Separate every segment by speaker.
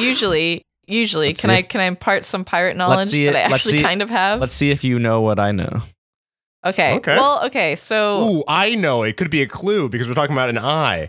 Speaker 1: usually, usually, usually,
Speaker 2: Let's
Speaker 1: can
Speaker 2: see
Speaker 1: I
Speaker 2: if-
Speaker 1: can I impart some pirate knowledge
Speaker 2: see
Speaker 1: that
Speaker 2: it.
Speaker 1: I
Speaker 2: Let's
Speaker 1: actually
Speaker 2: see-
Speaker 1: kind of have?
Speaker 2: Let's see if you know what I know.
Speaker 1: okay.
Speaker 3: Okay.
Speaker 1: Well, okay. So
Speaker 3: Ooh, I know. It could be a clue because we're talking about an eye.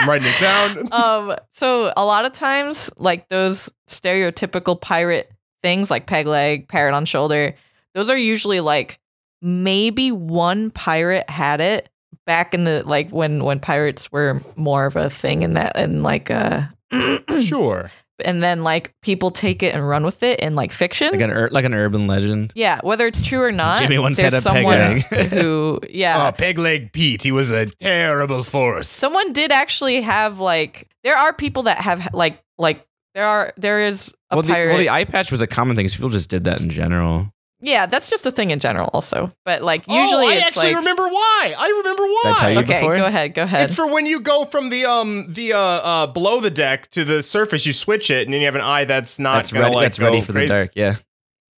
Speaker 3: I'm writing it down.
Speaker 1: um so a lot of times like those stereotypical pirate things like peg leg parrot on shoulder those are usually like maybe one pirate had it back in the like when when pirates were more of a thing in that and like uh
Speaker 3: Sure.
Speaker 1: and then like people take it and run with it in like fiction
Speaker 2: Like an ur- like an urban legend.
Speaker 1: yeah whether it's true or not
Speaker 2: Jimmy once
Speaker 1: there's
Speaker 2: had a peg
Speaker 1: someone
Speaker 2: leg.
Speaker 1: who yeah
Speaker 3: Oh, Peg Leg Pete. He was a terrible force.
Speaker 1: someone did actually have like there are people that have like like there are there is a
Speaker 2: Well the,
Speaker 1: pirate
Speaker 2: well, the eye patch was a common thing. So people just did that in general.
Speaker 1: Yeah, that's just a thing in general, also. But like usually,
Speaker 3: oh, I
Speaker 1: it's
Speaker 3: actually
Speaker 1: like,
Speaker 3: remember why. I remember why.
Speaker 2: I tell you
Speaker 1: okay,
Speaker 2: before?
Speaker 1: go ahead, go ahead.
Speaker 3: It's for when you go from the um the uh, uh below the deck to the surface, you switch it, and then you have an eye that's not
Speaker 2: That's
Speaker 3: gonna
Speaker 2: ready.
Speaker 3: like
Speaker 2: that's ready
Speaker 3: go
Speaker 2: for
Speaker 3: crazy.
Speaker 2: the dark. Yeah.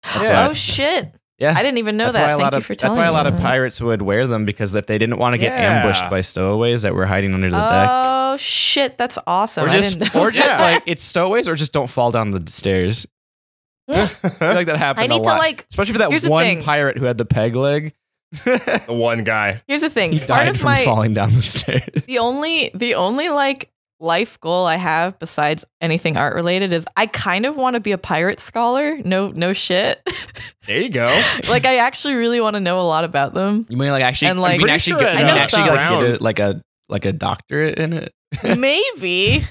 Speaker 2: That's
Speaker 3: Yeah.
Speaker 2: why.
Speaker 1: oh shit!
Speaker 2: yeah.
Speaker 1: I didn't even know
Speaker 2: that's
Speaker 1: that.
Speaker 2: Why a
Speaker 1: Thank
Speaker 2: lot
Speaker 1: you
Speaker 2: of,
Speaker 1: for
Speaker 2: that's
Speaker 1: telling
Speaker 2: why
Speaker 1: me.
Speaker 2: a lot of
Speaker 1: that.
Speaker 2: pirates would wear them because if they didn't want to get
Speaker 3: Yeah.
Speaker 2: ambushed by stowaways that were hiding under the deck.
Speaker 1: Oh shit! That's awesome.
Speaker 2: or
Speaker 1: I
Speaker 2: just
Speaker 1: didn't know
Speaker 2: or just
Speaker 3: that.
Speaker 2: like it's stowaways or just don't fall down the stairs. I feel like that happened.
Speaker 1: I need
Speaker 2: a
Speaker 1: to,
Speaker 2: lot.
Speaker 1: like-
Speaker 2: especially for that
Speaker 1: here's the
Speaker 2: one
Speaker 1: thing.
Speaker 2: pirate who had the peg leg.
Speaker 3: The one guy.
Speaker 1: Here's the thing.
Speaker 2: He
Speaker 1: Part
Speaker 2: died
Speaker 1: of
Speaker 2: from
Speaker 1: my
Speaker 2: falling down the stairs.
Speaker 1: the only the only like life goal I have besides anything art related is I kind of want to be a pirate scholar. No, no shit.
Speaker 3: There you go.
Speaker 1: like I actually really want to know a lot about them.
Speaker 2: You mean like actually?
Speaker 1: And,
Speaker 2: you
Speaker 1: like-
Speaker 2: can
Speaker 3: Pretty
Speaker 2: actually
Speaker 3: sure
Speaker 2: get,
Speaker 3: I
Speaker 2: you can
Speaker 1: know
Speaker 2: actually
Speaker 1: some.
Speaker 2: like, get
Speaker 3: Brown.
Speaker 2: a, like a like a doctorate in it.
Speaker 1: Maybe.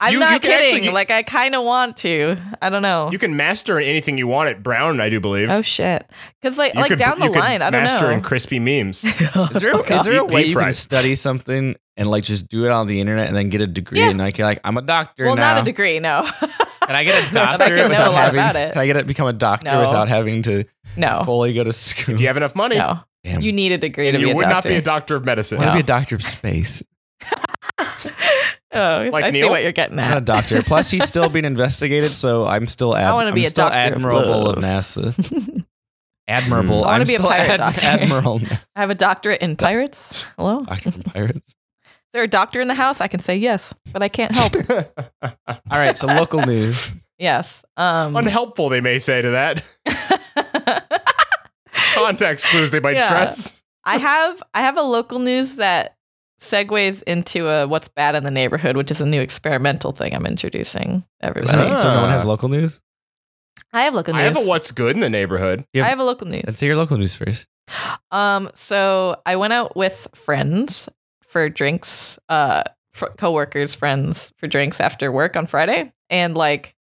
Speaker 1: I'm
Speaker 3: You- you
Speaker 1: not
Speaker 3: can actually
Speaker 1: kidding.
Speaker 3: get-
Speaker 1: like I kind of want to. I don't know.
Speaker 3: You can master in anything you want at Brown, I do believe.
Speaker 1: Oh shit! Because like
Speaker 3: You
Speaker 1: like
Speaker 3: could-
Speaker 1: down
Speaker 3: you
Speaker 1: the
Speaker 3: could
Speaker 1: line, I don't
Speaker 3: master
Speaker 1: know.
Speaker 3: in crispy memes.
Speaker 2: Is there,
Speaker 3: Okay.
Speaker 2: is there a
Speaker 3: Deep-
Speaker 2: way
Speaker 3: deep
Speaker 2: you can
Speaker 3: fried.
Speaker 2: study something and like just do it on the internet and then get a degree
Speaker 1: Yeah.
Speaker 2: and like you're like I'm a doctor
Speaker 1: well,
Speaker 2: now.
Speaker 1: not a degree, no,
Speaker 2: Can I get a
Speaker 1: I can
Speaker 2: doctorate
Speaker 1: know
Speaker 2: without
Speaker 1: a lot
Speaker 2: having?
Speaker 1: about it.
Speaker 2: Can I get it? Become a doctor
Speaker 1: No.
Speaker 2: without having to
Speaker 1: no,
Speaker 2: fully go to school?
Speaker 3: if you have enough money,
Speaker 1: no.
Speaker 2: Damn.
Speaker 1: You need a degree to
Speaker 3: you
Speaker 1: be a
Speaker 3: would
Speaker 1: doctor.
Speaker 3: not be a doctor of medicine.
Speaker 2: I want to
Speaker 1: No.
Speaker 2: be a doctor of space.
Speaker 1: oh,
Speaker 3: Like
Speaker 1: I see
Speaker 3: Neil?
Speaker 1: what you're getting
Speaker 2: I'm not a
Speaker 1: at.
Speaker 2: doctor. Plus, he's still being investigated, so I'm still. Ad-
Speaker 1: I wanna
Speaker 2: I'm
Speaker 1: be a
Speaker 2: still
Speaker 1: doctor of
Speaker 2: admirable of
Speaker 1: love.
Speaker 2: NASA. Admirable.
Speaker 1: I wanna
Speaker 2: I'm
Speaker 1: be a
Speaker 2: still
Speaker 1: pirate
Speaker 2: ad-
Speaker 1: doctor.
Speaker 2: Admiral.
Speaker 1: I have a doctorate in pirates. Hello, is
Speaker 2: doctor of pirates.
Speaker 1: there a doctor in the house? I can say yes, but I can't help.
Speaker 2: All right. So local news.
Speaker 1: yes. Um.
Speaker 3: Unhelpful, they may say to that. Context clues they might
Speaker 1: Yeah.
Speaker 3: stress.
Speaker 1: I have I have a local news that segues into a what's bad in the neighborhood, which is a new experimental thing I'm introducing to
Speaker 2: Does that
Speaker 1: everybody.
Speaker 2: mean so no one has local news?
Speaker 1: I have local news.
Speaker 3: I have a what's good in the neighborhood.
Speaker 2: You
Speaker 1: I have a local news.
Speaker 2: Let's hear your local news first.
Speaker 1: Um, so I went out with friends for drinks, uh, fr- coworkers, friends for drinks after work on Friday, and like,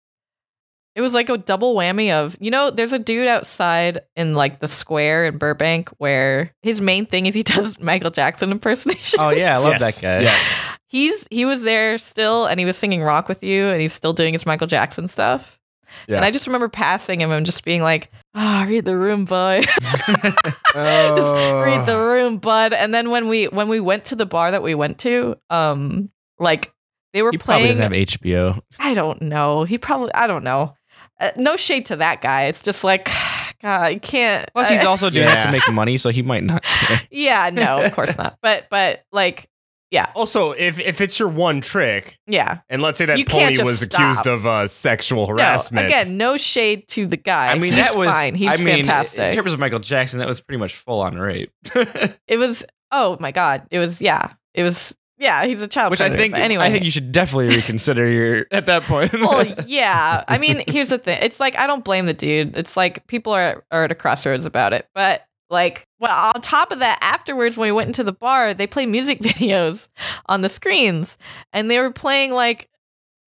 Speaker 1: it was like a double whammy of you know, there's a dude outside in like the square in Burbank where his main thing is he does Michael Jackson impersonation.
Speaker 2: Oh yeah, I love
Speaker 3: Yes,
Speaker 2: that guy.
Speaker 3: Yes.
Speaker 1: he's he was there still, and he was singing "Rock with You," and he's still doing his Michael Jackson stuff.
Speaker 3: Yeah.
Speaker 1: And I just remember passing him and just being like, "Ah, read the room, boy."
Speaker 3: Oh.
Speaker 1: read the room, bud. And then when we when we went to the bar that we went to, um, like they were
Speaker 2: He probably
Speaker 1: playing.
Speaker 2: doesn't have HBO.
Speaker 1: I don't know. He probably I don't know. Uh, no shade to that guy. It's just like, God, you can't.
Speaker 2: Plus, he's
Speaker 1: I-
Speaker 2: also doing that
Speaker 3: Yeah.
Speaker 2: to make money, so he might not. care.
Speaker 1: yeah, no, of course not. But but like,
Speaker 3: Also, if if it's your one trick,
Speaker 1: yeah,
Speaker 3: and let's say that
Speaker 1: You can't
Speaker 3: pony
Speaker 1: just
Speaker 3: was
Speaker 1: stop.
Speaker 3: accused of uh, sexual harassment.
Speaker 1: no. Again, no shade to the guy.
Speaker 2: I mean,
Speaker 1: he's
Speaker 2: that was
Speaker 1: fine. He's
Speaker 2: I mean,
Speaker 1: fantastic.
Speaker 2: In terms of Michael Jackson, that was pretty much full on rape,
Speaker 1: it was. Oh my God. It was. Yeah. It was. Yeah. He's a child.
Speaker 2: which I
Speaker 1: predator,
Speaker 2: think.
Speaker 1: but anyway,
Speaker 2: I think you should definitely reconsider your at that point.
Speaker 1: well, yeah. I mean, here's the thing. It's like I don't blame the dude. It's like people are are at a crossroads about it. But like, well, on top of that, afterwards when we went into the bar, they play music videos on the screens, and they were playing like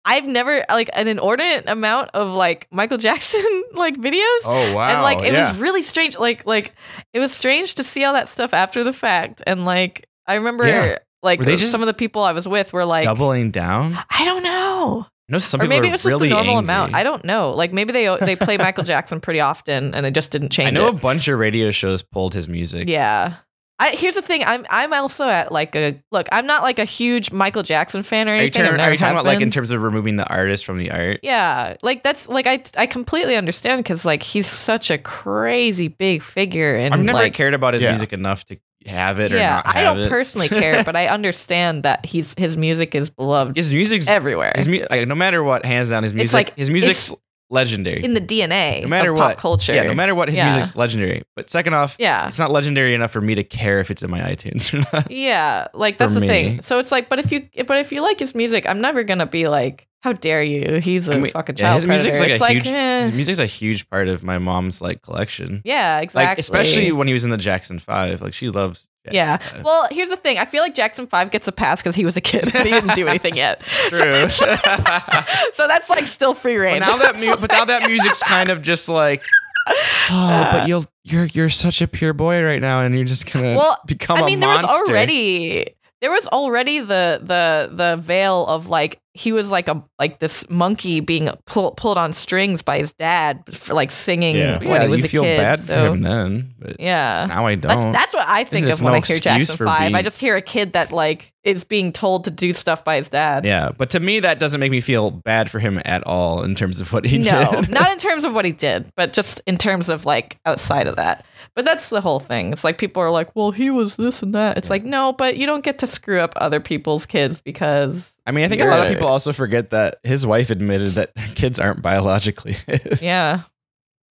Speaker 1: I've never like an inordinate amount of like Michael Jackson like videos.
Speaker 3: oh wow,
Speaker 1: And like it
Speaker 3: yeah.
Speaker 1: was really strange. Like like it was strange to see all that stuff after the fact. And like I remember
Speaker 2: Yeah.
Speaker 1: like
Speaker 2: Were they just
Speaker 1: some of the people I was with were like
Speaker 2: doubling down.
Speaker 1: I don't know
Speaker 2: No, some
Speaker 1: or
Speaker 2: people
Speaker 1: maybe
Speaker 2: are
Speaker 1: it was just
Speaker 2: really
Speaker 1: the normal
Speaker 2: angry.
Speaker 1: amount. I don't know. Like maybe they they play Michael Jackson pretty often, and they just didn't change
Speaker 2: I know a
Speaker 1: it.
Speaker 2: bunch of radio shows pulled his music.
Speaker 1: Yeah. I, here's the thing. I'm I'm also at like a look. I'm not like a huge Michael Jackson fan or
Speaker 2: Are you,
Speaker 1: anything.
Speaker 2: turn-
Speaker 1: I've
Speaker 2: are you
Speaker 1: never
Speaker 2: talking
Speaker 1: have
Speaker 2: about like
Speaker 1: been.
Speaker 2: in terms of removing the artist from the art?
Speaker 1: yeah, like that's like I I completely understand because like he's such a crazy big figure and
Speaker 2: I've never
Speaker 1: like
Speaker 2: cared about his
Speaker 3: Yeah.
Speaker 2: music enough to have it or
Speaker 1: yeah.
Speaker 2: not.
Speaker 1: I
Speaker 2: have
Speaker 1: don't
Speaker 2: it.
Speaker 1: personally care, but I understand that he's his music is beloved
Speaker 2: his music's
Speaker 1: everywhere
Speaker 2: his mu- like, no matter what, hands down, his music.
Speaker 1: like-
Speaker 2: his music's
Speaker 1: it's
Speaker 2: legendary.
Speaker 1: in the DNA.
Speaker 2: no matter
Speaker 1: of
Speaker 2: what
Speaker 1: pop culture.
Speaker 2: Yeah, no matter what, his
Speaker 1: Yeah.
Speaker 2: music's legendary. But second off,
Speaker 1: yeah.
Speaker 2: it's not legendary enough for me to care if it's in my iTunes or not.
Speaker 1: Yeah, like that's
Speaker 2: For me.
Speaker 1: the thing. So it's like, but if you, but if you like his music, I'm never gonna be like, how dare you? He's a
Speaker 2: I mean,
Speaker 1: fucking
Speaker 2: yeah,
Speaker 1: child
Speaker 2: his
Speaker 1: predator.
Speaker 2: music's like
Speaker 1: it's
Speaker 2: a
Speaker 1: like,
Speaker 2: huge.
Speaker 1: eh.
Speaker 2: His music's a huge part of my mom's like collection.
Speaker 1: yeah, exactly.
Speaker 2: Like especially when he was in the Jackson Five. Like she loves. Jackson
Speaker 1: yeah.
Speaker 2: Five.
Speaker 1: Well, here's the thing. I feel like Jackson Five gets a pass because he was a kid. he didn't do anything yet.
Speaker 2: True.
Speaker 1: so that's like still free
Speaker 2: but
Speaker 1: reign.
Speaker 2: now that mu- but now that music's kind of just like oh,
Speaker 1: Uh,
Speaker 2: but you'll you're you're such a pure boy right now, and you're just gonna
Speaker 1: Well,
Speaker 2: become
Speaker 1: I mean,
Speaker 2: a
Speaker 1: there
Speaker 2: monster.
Speaker 1: was already there was already the the the veil of like he was like a like this monkey being pull, pulled on strings by his dad for like singing
Speaker 3: Yeah.
Speaker 1: when he was
Speaker 2: you
Speaker 1: a
Speaker 2: feel
Speaker 1: kid.
Speaker 2: bad
Speaker 1: so.
Speaker 2: for him then, but
Speaker 1: Yeah.
Speaker 2: now I
Speaker 1: That's,
Speaker 2: don't.
Speaker 1: that's what I think
Speaker 2: There's
Speaker 1: of when
Speaker 2: no
Speaker 1: I hear
Speaker 2: excuse
Speaker 1: Jackson
Speaker 2: for
Speaker 1: Five. I
Speaker 2: being-
Speaker 1: just hear a kid that like is being told to do stuff by his dad.
Speaker 2: yeah, but to me that doesn't make me feel bad for him at all in terms of what he
Speaker 1: No,
Speaker 2: did.
Speaker 1: not in terms of what he did, but just in terms of like outside of that. But that's the whole thing. It's like people are like, "Well, he was this and that." It's like, no, but you don't get to screw up other people's kids because
Speaker 2: I mean, I think a lot of
Speaker 1: You're-
Speaker 2: people also forget that his wife admitted that their kids aren't biologically. his.
Speaker 1: yeah,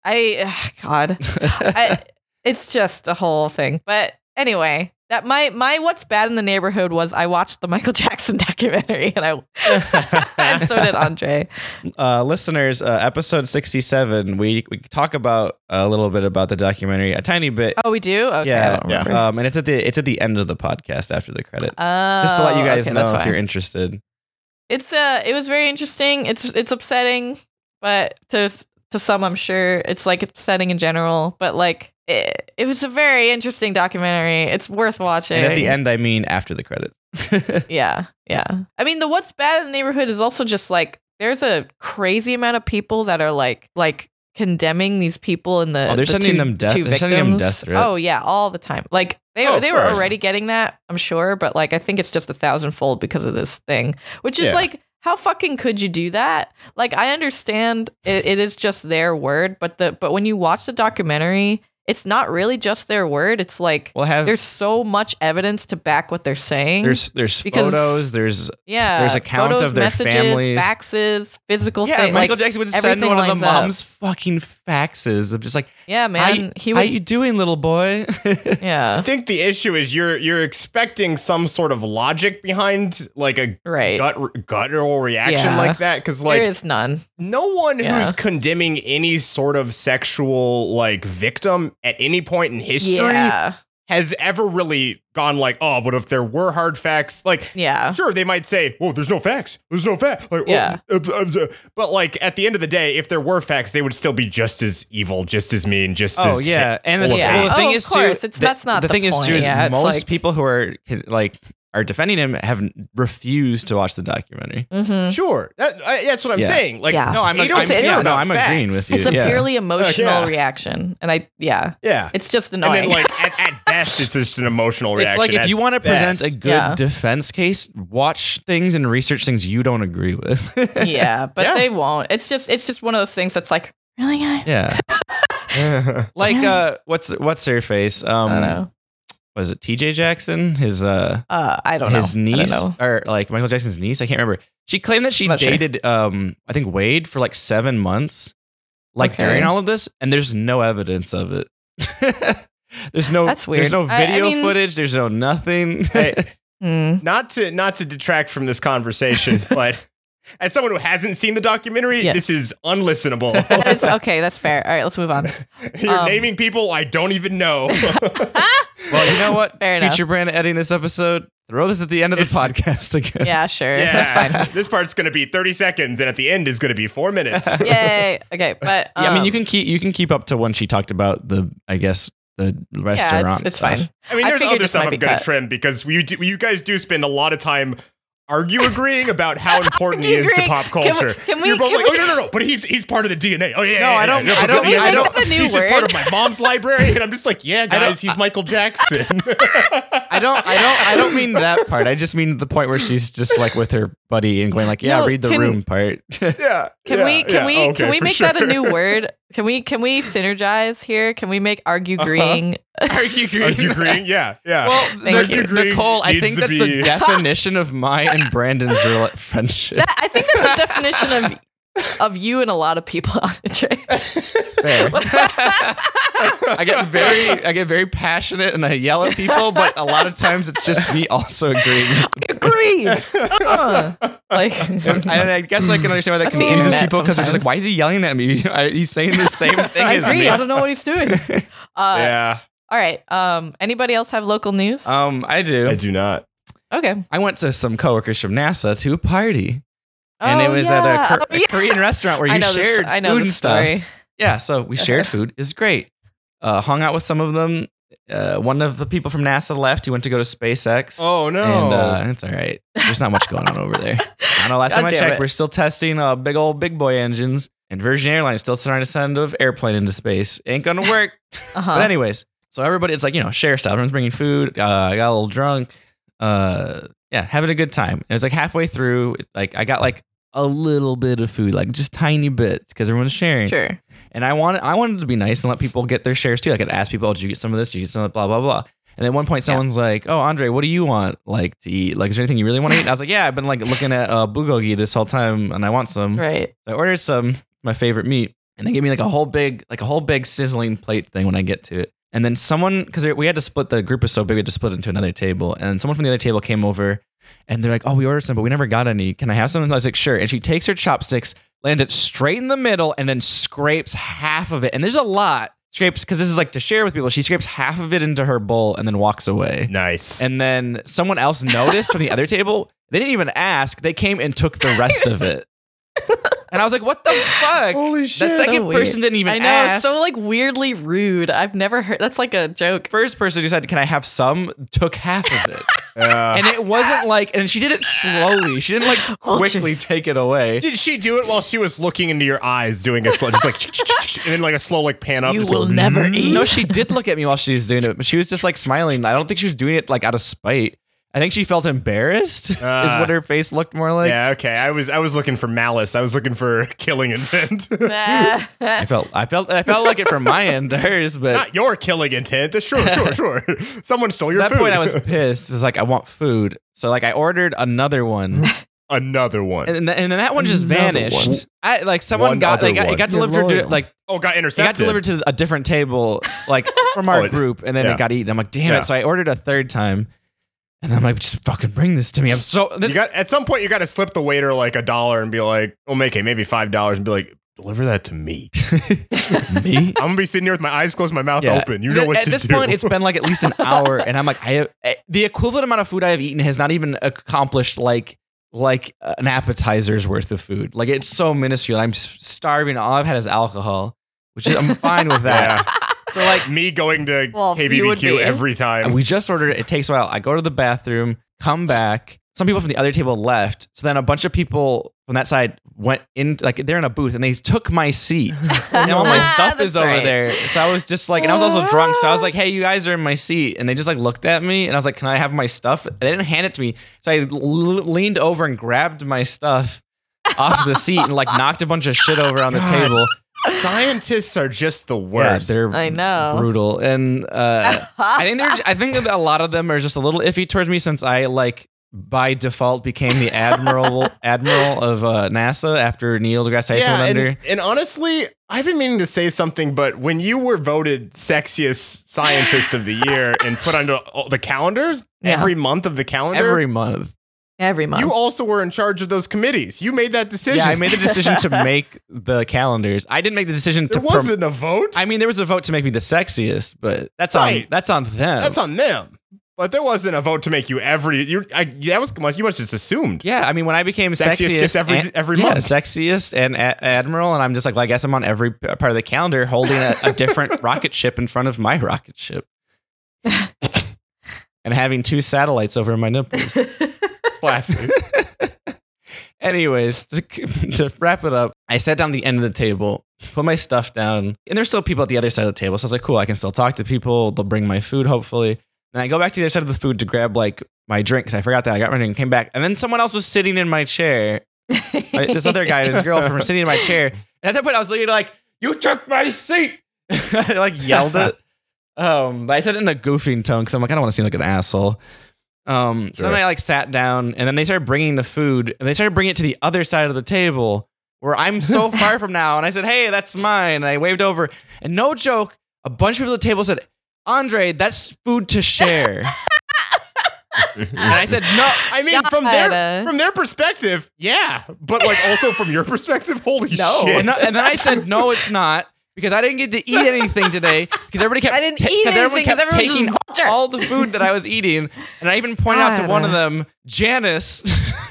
Speaker 1: I ugh, God, I, it's just a whole thing. But anyway, that my my what's bad in the neighborhood was I watched the Michael Jackson documentary and I and so did Andre.
Speaker 2: uh, listeners, uh, episode sixty-seven, we we talk about a little bit about the documentary, a tiny bit.
Speaker 1: Oh, we do. Okay, I
Speaker 2: yeah,
Speaker 1: don't
Speaker 3: yeah.
Speaker 1: remember.
Speaker 2: um, and it's at the it's at the end of the podcast after the credits.
Speaker 1: Oh,
Speaker 2: Uh, Just to let you guys
Speaker 1: okay,
Speaker 2: know
Speaker 1: that's
Speaker 2: if
Speaker 1: fine.
Speaker 2: you're interested.
Speaker 1: It's uh, it was very interesting. It's it's upsetting, but to to some, I'm sure it's like upsetting in general. But like, it, it was a very interesting documentary. It's worth watching.
Speaker 2: And at the end, I mean after the credits.
Speaker 1: yeah, yeah. I mean, the what's bad in the neighborhood is also just like there's a crazy amount of people that are like like condemning these people in the
Speaker 2: Oh, they're
Speaker 1: the
Speaker 2: sending
Speaker 1: two-
Speaker 2: them death-
Speaker 1: two
Speaker 2: they're sending them
Speaker 1: victims.
Speaker 2: death threats.
Speaker 1: oh yeah all the time like they,
Speaker 3: Oh, of
Speaker 1: they were
Speaker 3: course.
Speaker 1: already getting that i'm sure but like i think it's just a thousandfold because of this thing which is
Speaker 3: Yeah.
Speaker 1: like how fucking could you do that like i understand it, it is just their word but the but when you watch the documentary it's not really just their word. It's like
Speaker 2: We'll have
Speaker 1: there's so much evidence to back what they're saying.
Speaker 2: there's there's
Speaker 1: because-
Speaker 2: photos. There's
Speaker 1: yeah,
Speaker 2: there's account
Speaker 1: photos,
Speaker 2: of their
Speaker 1: messages,
Speaker 2: families.
Speaker 1: faxes, physical
Speaker 2: yeah.
Speaker 1: things.
Speaker 2: Michael
Speaker 1: like,
Speaker 2: Jackson would send
Speaker 1: everything
Speaker 2: one of the
Speaker 1: lines up.
Speaker 2: mom's fucking faxes of just like,
Speaker 1: yeah, man,
Speaker 2: how,
Speaker 1: he
Speaker 2: how
Speaker 1: would.
Speaker 2: you doing, little boy?
Speaker 3: I
Speaker 1: yeah,
Speaker 3: think the issue is you're you're expecting some sort of logic behind like a
Speaker 1: right.
Speaker 3: gut guttural reaction
Speaker 1: Yeah.
Speaker 3: like that because like
Speaker 1: there is none.
Speaker 3: no one
Speaker 1: Yeah.
Speaker 3: who's condemning any sort of sexual like victim at any point in history
Speaker 1: Yeah,
Speaker 3: has ever really gone like oh but if there were hard facts like
Speaker 1: yeah,
Speaker 3: sure they might say well there's no facts there's no fact like, oh,
Speaker 1: Yeah.
Speaker 3: uh, uh, uh, but like at the end of the day if there were facts they would still be just as evil just as mean just
Speaker 2: Oh
Speaker 3: as
Speaker 2: yeah, and the,
Speaker 3: full of
Speaker 2: yeah.
Speaker 3: hate.
Speaker 2: Well, the thing
Speaker 1: Oh, of
Speaker 2: is
Speaker 1: course,
Speaker 2: too.
Speaker 1: it's- that's not the
Speaker 2: thing is too
Speaker 1: point,
Speaker 2: is
Speaker 1: yeah, it's
Speaker 2: most
Speaker 1: like-
Speaker 2: people who are like are defending him have n- refused to watch the documentary.
Speaker 1: hmm
Speaker 3: sure that, I, that's what i'm
Speaker 2: Yeah.
Speaker 3: saying like
Speaker 1: Yeah.
Speaker 2: No, I'm
Speaker 3: they
Speaker 2: not-
Speaker 3: don't
Speaker 1: I'm-
Speaker 3: care
Speaker 1: yeah, no,
Speaker 3: about
Speaker 2: I'm agreeing
Speaker 3: facts.
Speaker 2: with you.
Speaker 1: it's a
Speaker 2: Yeah.
Speaker 1: purely emotional
Speaker 3: yeah.
Speaker 1: reaction, and I yeah,
Speaker 3: yeah
Speaker 1: it's just
Speaker 3: and
Speaker 1: annoying.
Speaker 3: then like at, at best it's just an emotional reaction
Speaker 2: It's like
Speaker 3: at
Speaker 2: if you want to present a
Speaker 3: best.
Speaker 2: good
Speaker 1: Yeah.
Speaker 2: defense case, watch things and research things you don't agree with.
Speaker 1: yeah, but
Speaker 3: Yeah.
Speaker 1: they won't. It's just it's just one of those things that's like really guys.
Speaker 2: yeah, like uh, what's what's her face? Um,
Speaker 1: I don't know.
Speaker 2: was it T.J. Jackson? His uh,
Speaker 1: Uh, I don't
Speaker 2: his
Speaker 1: know.
Speaker 2: niece
Speaker 1: I don't know.
Speaker 2: or like Michael Jackson's niece? I can't remember. She claimed that she
Speaker 1: Not sure.
Speaker 2: dated um, I think Wade for like seven months, like
Speaker 1: Okay.
Speaker 2: during all of this, and there's no evidence of it. there's no
Speaker 1: That's
Speaker 2: There's
Speaker 1: weird.
Speaker 2: no
Speaker 1: I- I
Speaker 2: video
Speaker 1: mean-
Speaker 2: footage. There's no nothing.
Speaker 3: Hey,
Speaker 1: Hmm.
Speaker 3: not to not to detract from this conversation, but as someone who hasn't seen the documentary,
Speaker 1: Yes.
Speaker 3: this is unlistenable.
Speaker 1: That is okay. That's fair. All right, let's move on.
Speaker 3: You're
Speaker 1: um,
Speaker 3: naming people I don't even know.
Speaker 2: well, you know what?
Speaker 1: Fair enough.
Speaker 2: Future brand editing this episode. Throw this at the end of the
Speaker 3: It's-
Speaker 2: podcast again.
Speaker 1: Yeah, sure. That's fine.
Speaker 3: yeah, this part's going to be 30 seconds, and at the end is going to be four minutes.
Speaker 1: Yay. Okay, but
Speaker 2: Yeah, I mean,
Speaker 1: um,
Speaker 2: you can keep you can keep up to when she talked about the I guess the
Speaker 1: Yeah,
Speaker 2: restaurant.
Speaker 1: it's, it's
Speaker 2: stuff.
Speaker 1: fine.
Speaker 3: I mean,
Speaker 1: I
Speaker 3: there's
Speaker 1: figured
Speaker 3: other
Speaker 1: this
Speaker 3: stuff
Speaker 1: might
Speaker 3: I'm
Speaker 1: be
Speaker 3: going
Speaker 1: cut.
Speaker 3: to trim because you do, you guys do spend a lot of time argue agreeing about how important he is to
Speaker 1: Arguing.
Speaker 3: pop
Speaker 1: Can we-
Speaker 3: culture.
Speaker 1: can we-
Speaker 3: You're both
Speaker 1: can
Speaker 3: like,
Speaker 1: we-
Speaker 3: oh no, no, no, but he's he's part of the DNA. Oh yeah,
Speaker 2: No,
Speaker 3: yeah,
Speaker 2: I
Speaker 3: yeah,
Speaker 2: don't-
Speaker 3: yeah,
Speaker 2: I
Speaker 3: but
Speaker 2: don't-
Speaker 3: yeah,
Speaker 2: I
Speaker 3: no,
Speaker 1: don't-
Speaker 3: He's just part of my mom's library, and I'm just like, yeah,
Speaker 2: don't-
Speaker 3: guys, he's Michael Jackson.
Speaker 2: I don't I don't I don't mean that part. I just mean the point where she's just like with her buddy and going like, yeah,
Speaker 1: No,
Speaker 2: read the
Speaker 1: can-
Speaker 2: room part.
Speaker 3: yeah.
Speaker 1: Can
Speaker 3: yeah,
Speaker 1: we can
Speaker 3: yeah,
Speaker 1: we
Speaker 3: okay,
Speaker 1: can we
Speaker 3: for
Speaker 1: make that a
Speaker 3: sure.
Speaker 1: new word? Can we can we synergize here? Can we make argue
Speaker 3: Uh-huh.
Speaker 1: agreeing?
Speaker 2: Are you
Speaker 3: Are you agreeing? Yeah, yeah.
Speaker 2: Well, Nic-
Speaker 1: Thank you.
Speaker 2: Nicole, I
Speaker 3: Needs
Speaker 2: think
Speaker 3: to
Speaker 2: that's
Speaker 3: be-
Speaker 2: the definition of my and Brandon's rela- friendship.
Speaker 1: I think that's a definition of of you and a lot of people on the train.
Speaker 2: Fair. I get very I get very passionate and I yell at people, but a lot of times it's just me also agreeing.
Speaker 1: Agree.
Speaker 3: Uh-huh.
Speaker 1: Uh, like
Speaker 2: And I guess I can understand why that
Speaker 1: That's the
Speaker 2: confuses
Speaker 1: internet
Speaker 2: people because they're just like,
Speaker 1: sometimes.
Speaker 2: why is he yelling at me? I- He's saying the same thing
Speaker 1: I
Speaker 2: as
Speaker 1: agree.
Speaker 2: me.
Speaker 1: I don't know what he's doing. Uh,
Speaker 3: yeah,
Speaker 1: All right. Um. Anybody else have local news?
Speaker 2: Um, I do.
Speaker 3: I do not.
Speaker 1: okay.
Speaker 2: I went to some coworkers from NASA to a party, and it
Speaker 1: Oh,
Speaker 2: was
Speaker 1: yeah.
Speaker 2: at a, Kor-
Speaker 1: Oh,
Speaker 2: a
Speaker 1: yeah.
Speaker 2: Korean restaurant where you
Speaker 1: I know this-
Speaker 2: shared
Speaker 1: I know
Speaker 2: food
Speaker 1: this
Speaker 2: and stuff.
Speaker 1: story.
Speaker 2: Yeah, so we shared food. It was great. Uh, hung out with some of them. Uh, one of the people from NASA left. He went to go to SpaceX.
Speaker 3: Oh no.
Speaker 2: And uh, it's all right. There's not much going on over there. I know. Last
Speaker 1: God
Speaker 2: time I
Speaker 1: damn
Speaker 2: checked,
Speaker 1: it.
Speaker 2: we're still testing uh, big old big boy engines, and Virgin Airlines still trying to send an airplane into space. Ain't gonna work.
Speaker 1: Uh-huh.
Speaker 2: But anyways, so everybody, it's like you know, share stuff. Everyone's bringing food. Uh, I got a little drunk. Uh, yeah, having a good time. And it was like halfway through, like I got like a little bit of food, like just tiny bits, because everyone's sharing.
Speaker 1: Sure.
Speaker 2: And I wanted, I wanted to be nice and let people get their shares too. Like I'd ask people, oh, "Did you get some of this? Did you get some of blah blah blah?" And at one point,
Speaker 1: Yeah.
Speaker 2: someone's like, "Oh, Andre, what do you want like to eat? Like, is there anything you really want to eat?" And I was like, "Yeah, I've been like looking at uh, bulgogi this whole time, and I want some."
Speaker 1: Right.
Speaker 2: So I ordered some my favorite meat, and they gave me like a whole big, like a whole big sizzling plate thing when I get to it. And then someone, because we had to split the group was so big, we had to split into another table. And someone from the other table came over, and they're like, "Oh, we ordered some, but we never got any. Can I have some?" And I was like, "Sure." And she takes her chopsticks, lands it straight in the middle, and then scrapes half of it. And there's a lot scrapes because this is like to share with people. She scrapes half of it into her bowl and then walks away.
Speaker 3: nice.
Speaker 2: And then someone else noticed from the other table. They didn't even ask. They came and took the rest of it. And I was like, what the fuck?
Speaker 3: Holy
Speaker 2: the second
Speaker 1: So weird.
Speaker 2: person didn't even
Speaker 1: I know.
Speaker 2: ask.
Speaker 1: So like weirdly rude. I've never heard. That's like a joke.
Speaker 2: First person who said, can I have some, took half of it.
Speaker 3: Uh,
Speaker 2: and it wasn't like, and she did it slowly. She didn't like quickly take it away.
Speaker 3: did she do it while she was looking into your eyes, doing a slow, just like, and then like a slow like pan up? just like,
Speaker 1: never
Speaker 2: No, she did look at me while she was doing it, but she was just like smiling. I don't think she was doing it like out of spite. I think she felt embarrassed. is
Speaker 3: Ah.
Speaker 2: what her face looked more like.
Speaker 3: yeah, okay. I was I was looking for malice. I was looking for killing intent.
Speaker 2: I felt I felt I felt like it from my end to hers, but
Speaker 3: Not your killing intent. Sure, sure, sure. Someone stole your
Speaker 2: at that
Speaker 3: food.
Speaker 2: point I was pissed. It's like I want food, so like I ordered another one,
Speaker 3: another one.
Speaker 2: and th- and then that one just
Speaker 4: Another
Speaker 2: vanished.
Speaker 4: one.
Speaker 2: I like someone
Speaker 3: One
Speaker 2: got
Speaker 3: other
Speaker 2: like
Speaker 3: one.
Speaker 2: it got
Speaker 4: You're
Speaker 2: delivered to
Speaker 4: loyal.
Speaker 2: like
Speaker 3: oh, got
Speaker 2: it got
Speaker 3: intercepted.
Speaker 2: delivered to a different table, like from our
Speaker 3: Oh, it-
Speaker 2: group, and then
Speaker 3: yeah.
Speaker 2: it got eaten. I'm like, damn
Speaker 3: Yeah.
Speaker 2: it! So I ordered a third time, and I'm like, just fucking bring this to me. I'm so
Speaker 3: you got at some point you got to slip the waiter like a dollar and be like, "Well, make it maybe five dollars," and be like, "Deliver that to me."
Speaker 2: me.
Speaker 3: I'm gonna be sitting here with my eyes closed, my mouth
Speaker 2: Yeah.
Speaker 3: open. You know
Speaker 2: at,
Speaker 3: what
Speaker 2: at
Speaker 3: to
Speaker 2: this
Speaker 3: do.
Speaker 2: point, it's been like at least an hour, and I'm like, I have, eh, the equivalent amount of food I have eaten has not even accomplished like like uh, an appetizer's worth of food. Like it's so minuscule. I'm s- starving. All I've had is alcohol, which is I'm fine with that.
Speaker 3: yeah.
Speaker 2: So like
Speaker 3: me going to
Speaker 1: Well, you would
Speaker 3: KBBQ
Speaker 1: be.
Speaker 3: every time.
Speaker 2: we just ordered it. It takes a while. I go to the bathroom, come back. Some people from the other table left. So then a bunch of people from that side went in, like they're in a booth, and they took my seat. and all my stuff is
Speaker 1: That's
Speaker 2: over
Speaker 1: right.
Speaker 2: there. So I was just like, and I was also drunk. So I was like, hey, you guys are in my seat. And they just like looked at me, and I was like, can I have my stuff? They didn't hand it to me. So I l- leaned over and grabbed my stuff off the seat and like knocked a bunch of shit over on the
Speaker 3: God.
Speaker 2: table.
Speaker 3: Scientists are just the worst.
Speaker 2: Yeah, they're
Speaker 1: I know.
Speaker 2: brutal. And uh, I think they're. I think that a lot of them are just a little iffy towards me since I like by default became the admiral admiral of uh, NASA after Neil deGrasse Tyson went
Speaker 3: and,
Speaker 2: under.
Speaker 3: and honestly, I've been meaning to say something, but when you were voted sexiest scientist of the year and put onto all the calendars
Speaker 1: Yeah.
Speaker 3: every month of the calendar,
Speaker 2: Every month,
Speaker 1: every month.
Speaker 3: you also were in charge of those committees. You made that decision.
Speaker 2: yeah, I made the decision to make the calendars. I didn't make the decision to.
Speaker 3: There
Speaker 2: prom-
Speaker 3: wasn't a vote.
Speaker 2: I mean, there was a vote to make me the sexiest, but that's on
Speaker 3: Right.
Speaker 2: that's on them.
Speaker 3: that's on them. But there wasn't a vote to make you every. You, I, that was you must just assumed.
Speaker 2: yeah, I mean, when I became
Speaker 3: Sexiest
Speaker 2: sexiest,
Speaker 3: gets every-
Speaker 2: and-
Speaker 3: every
Speaker 2: yeah,
Speaker 3: month.
Speaker 2: sexiest and a- admiral, and I'm just like, well, I guess I'm on every p- part of the calendar holding a, a different rocket ship in front of my rocket ship, and having two satellites over my nipple.
Speaker 3: Classic.
Speaker 2: Anyways, to, to wrap it up, I sat down at the end of the table, put my stuff down, and there's still people at the other side of the table. So I was like, cool, I can still talk to people. They'll bring my food, hopefully. And I go back to the other side of the food to grab like my drink because I forgot that I got my drink, came back, and then someone else was sitting in my chair. Like, this other guy, and his girlfriend, were sitting in my chair. And at that point, I was literally like, "You took my seat!" I like yelled it. Um, but I said it in a goofing tone because I'm like, I don't want to seem like an asshole. Um, so then
Speaker 3: Sure.
Speaker 2: I like sat down, and then they started bringing the food, and they started bringing it to the other side of the table where I'm so far from now. And I said, "Hey, that's mine." And I waved over, and no joke, a bunch of people at the table said, "Andre, that's food to share." and I said, "No,
Speaker 3: I mean, from their
Speaker 1: God.
Speaker 3: from their perspective, yeah, but like also from your perspective, holy
Speaker 1: No.
Speaker 3: shit!
Speaker 2: And, no- and then I said, no, it's not. Because I didn't get to eat anything today. Because everybody kept,
Speaker 1: I didn't
Speaker 2: ta-
Speaker 1: eat
Speaker 2: 'cause everyone
Speaker 1: anything,
Speaker 2: kept
Speaker 1: 'cause everyone
Speaker 2: taking
Speaker 1: just watched her.
Speaker 2: all the food that I was eating. And I even pointed out to
Speaker 1: God.
Speaker 2: one of them, Janice.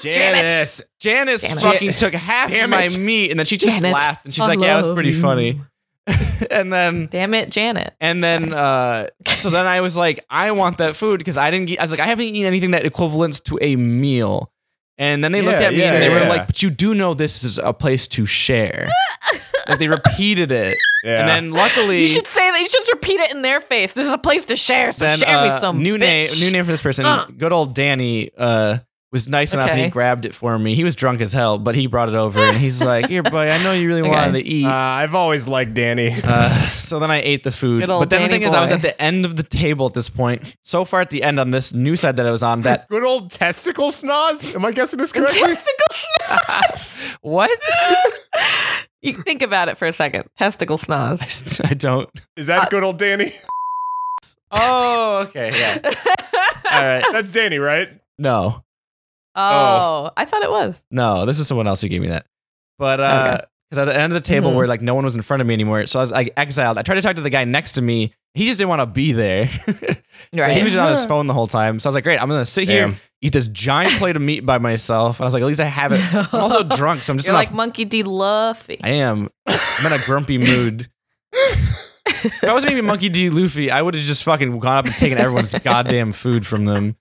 Speaker 3: Janice,
Speaker 2: Janice
Speaker 1: Damn it.
Speaker 2: fucking took half
Speaker 3: Damn
Speaker 2: of my
Speaker 3: it.
Speaker 2: meat, and then she just
Speaker 1: Janet,
Speaker 2: laughed, and she's
Speaker 1: I
Speaker 2: like, "Yeah, it was
Speaker 1: love
Speaker 2: pretty
Speaker 1: you."
Speaker 2: funny." and then,
Speaker 1: Damn it, Janet.
Speaker 2: and then, uh, so then I was like, "I want that food" because I didn't. Get, I was like, "I haven't eaten anything that equivalents to a meal." And then they looked
Speaker 3: Yeah,
Speaker 2: at me
Speaker 3: yeah,
Speaker 2: and they were
Speaker 3: yeah.
Speaker 2: like, "But you do know this is a place to share." like they repeated it.
Speaker 3: yeah.
Speaker 2: And then luckily,
Speaker 1: You should say that. You should just repeat it in their face. This is a place to share. So
Speaker 2: then,
Speaker 1: share
Speaker 2: uh,
Speaker 1: me some
Speaker 2: new name,
Speaker 1: bitch.
Speaker 2: new name for this person.
Speaker 1: Uh.
Speaker 2: Good old Danny uh, was nice enough and he
Speaker 1: Okay.
Speaker 2: grabbed it for me. He was drunk as hell, but he brought it over and he's like, "Here, boy, I know you really
Speaker 1: Okay.
Speaker 2: wanted to eat."
Speaker 3: uh, I've always liked Danny.
Speaker 2: Uh, so then I ate the food.
Speaker 1: Good old
Speaker 2: But then the
Speaker 1: Danny
Speaker 2: thing is, I was
Speaker 1: boy.
Speaker 2: at the end of the table at this point. So far at the end on this new side that I was on, that
Speaker 3: Good old testicle snaz. Am I guessing this correctly?
Speaker 1: Testicle snaz.
Speaker 2: what?
Speaker 1: you can think about it for a second. Testicle snaz.
Speaker 2: I don't.
Speaker 3: Is that good old Danny?
Speaker 2: Oh, okay, yeah. All right.
Speaker 3: That's Danny, right?
Speaker 2: No,
Speaker 1: Oh, I thought it was.
Speaker 2: no, this was someone else who gave me that. But uh, because at the end of the table
Speaker 1: Mhm.
Speaker 2: where like no one was in front of me anymore, so I was like exiled. I tried to talk to the guy next to me. He just didn't want to be there. So he was just on his phone the whole time. So I was like, great, I'm gonna sit here,
Speaker 3: Damn.
Speaker 2: eat this giant plate of meat by myself. And I was like, at least I have it. I'm also drunk, so I'm just
Speaker 1: You're
Speaker 2: in a
Speaker 1: like Monkey D. Luffy.
Speaker 2: I am. I'm in a grumpy mood. if I was maybe Monkey D. Luffy, I would have just fucking gone up and taken everyone's goddamn food from them.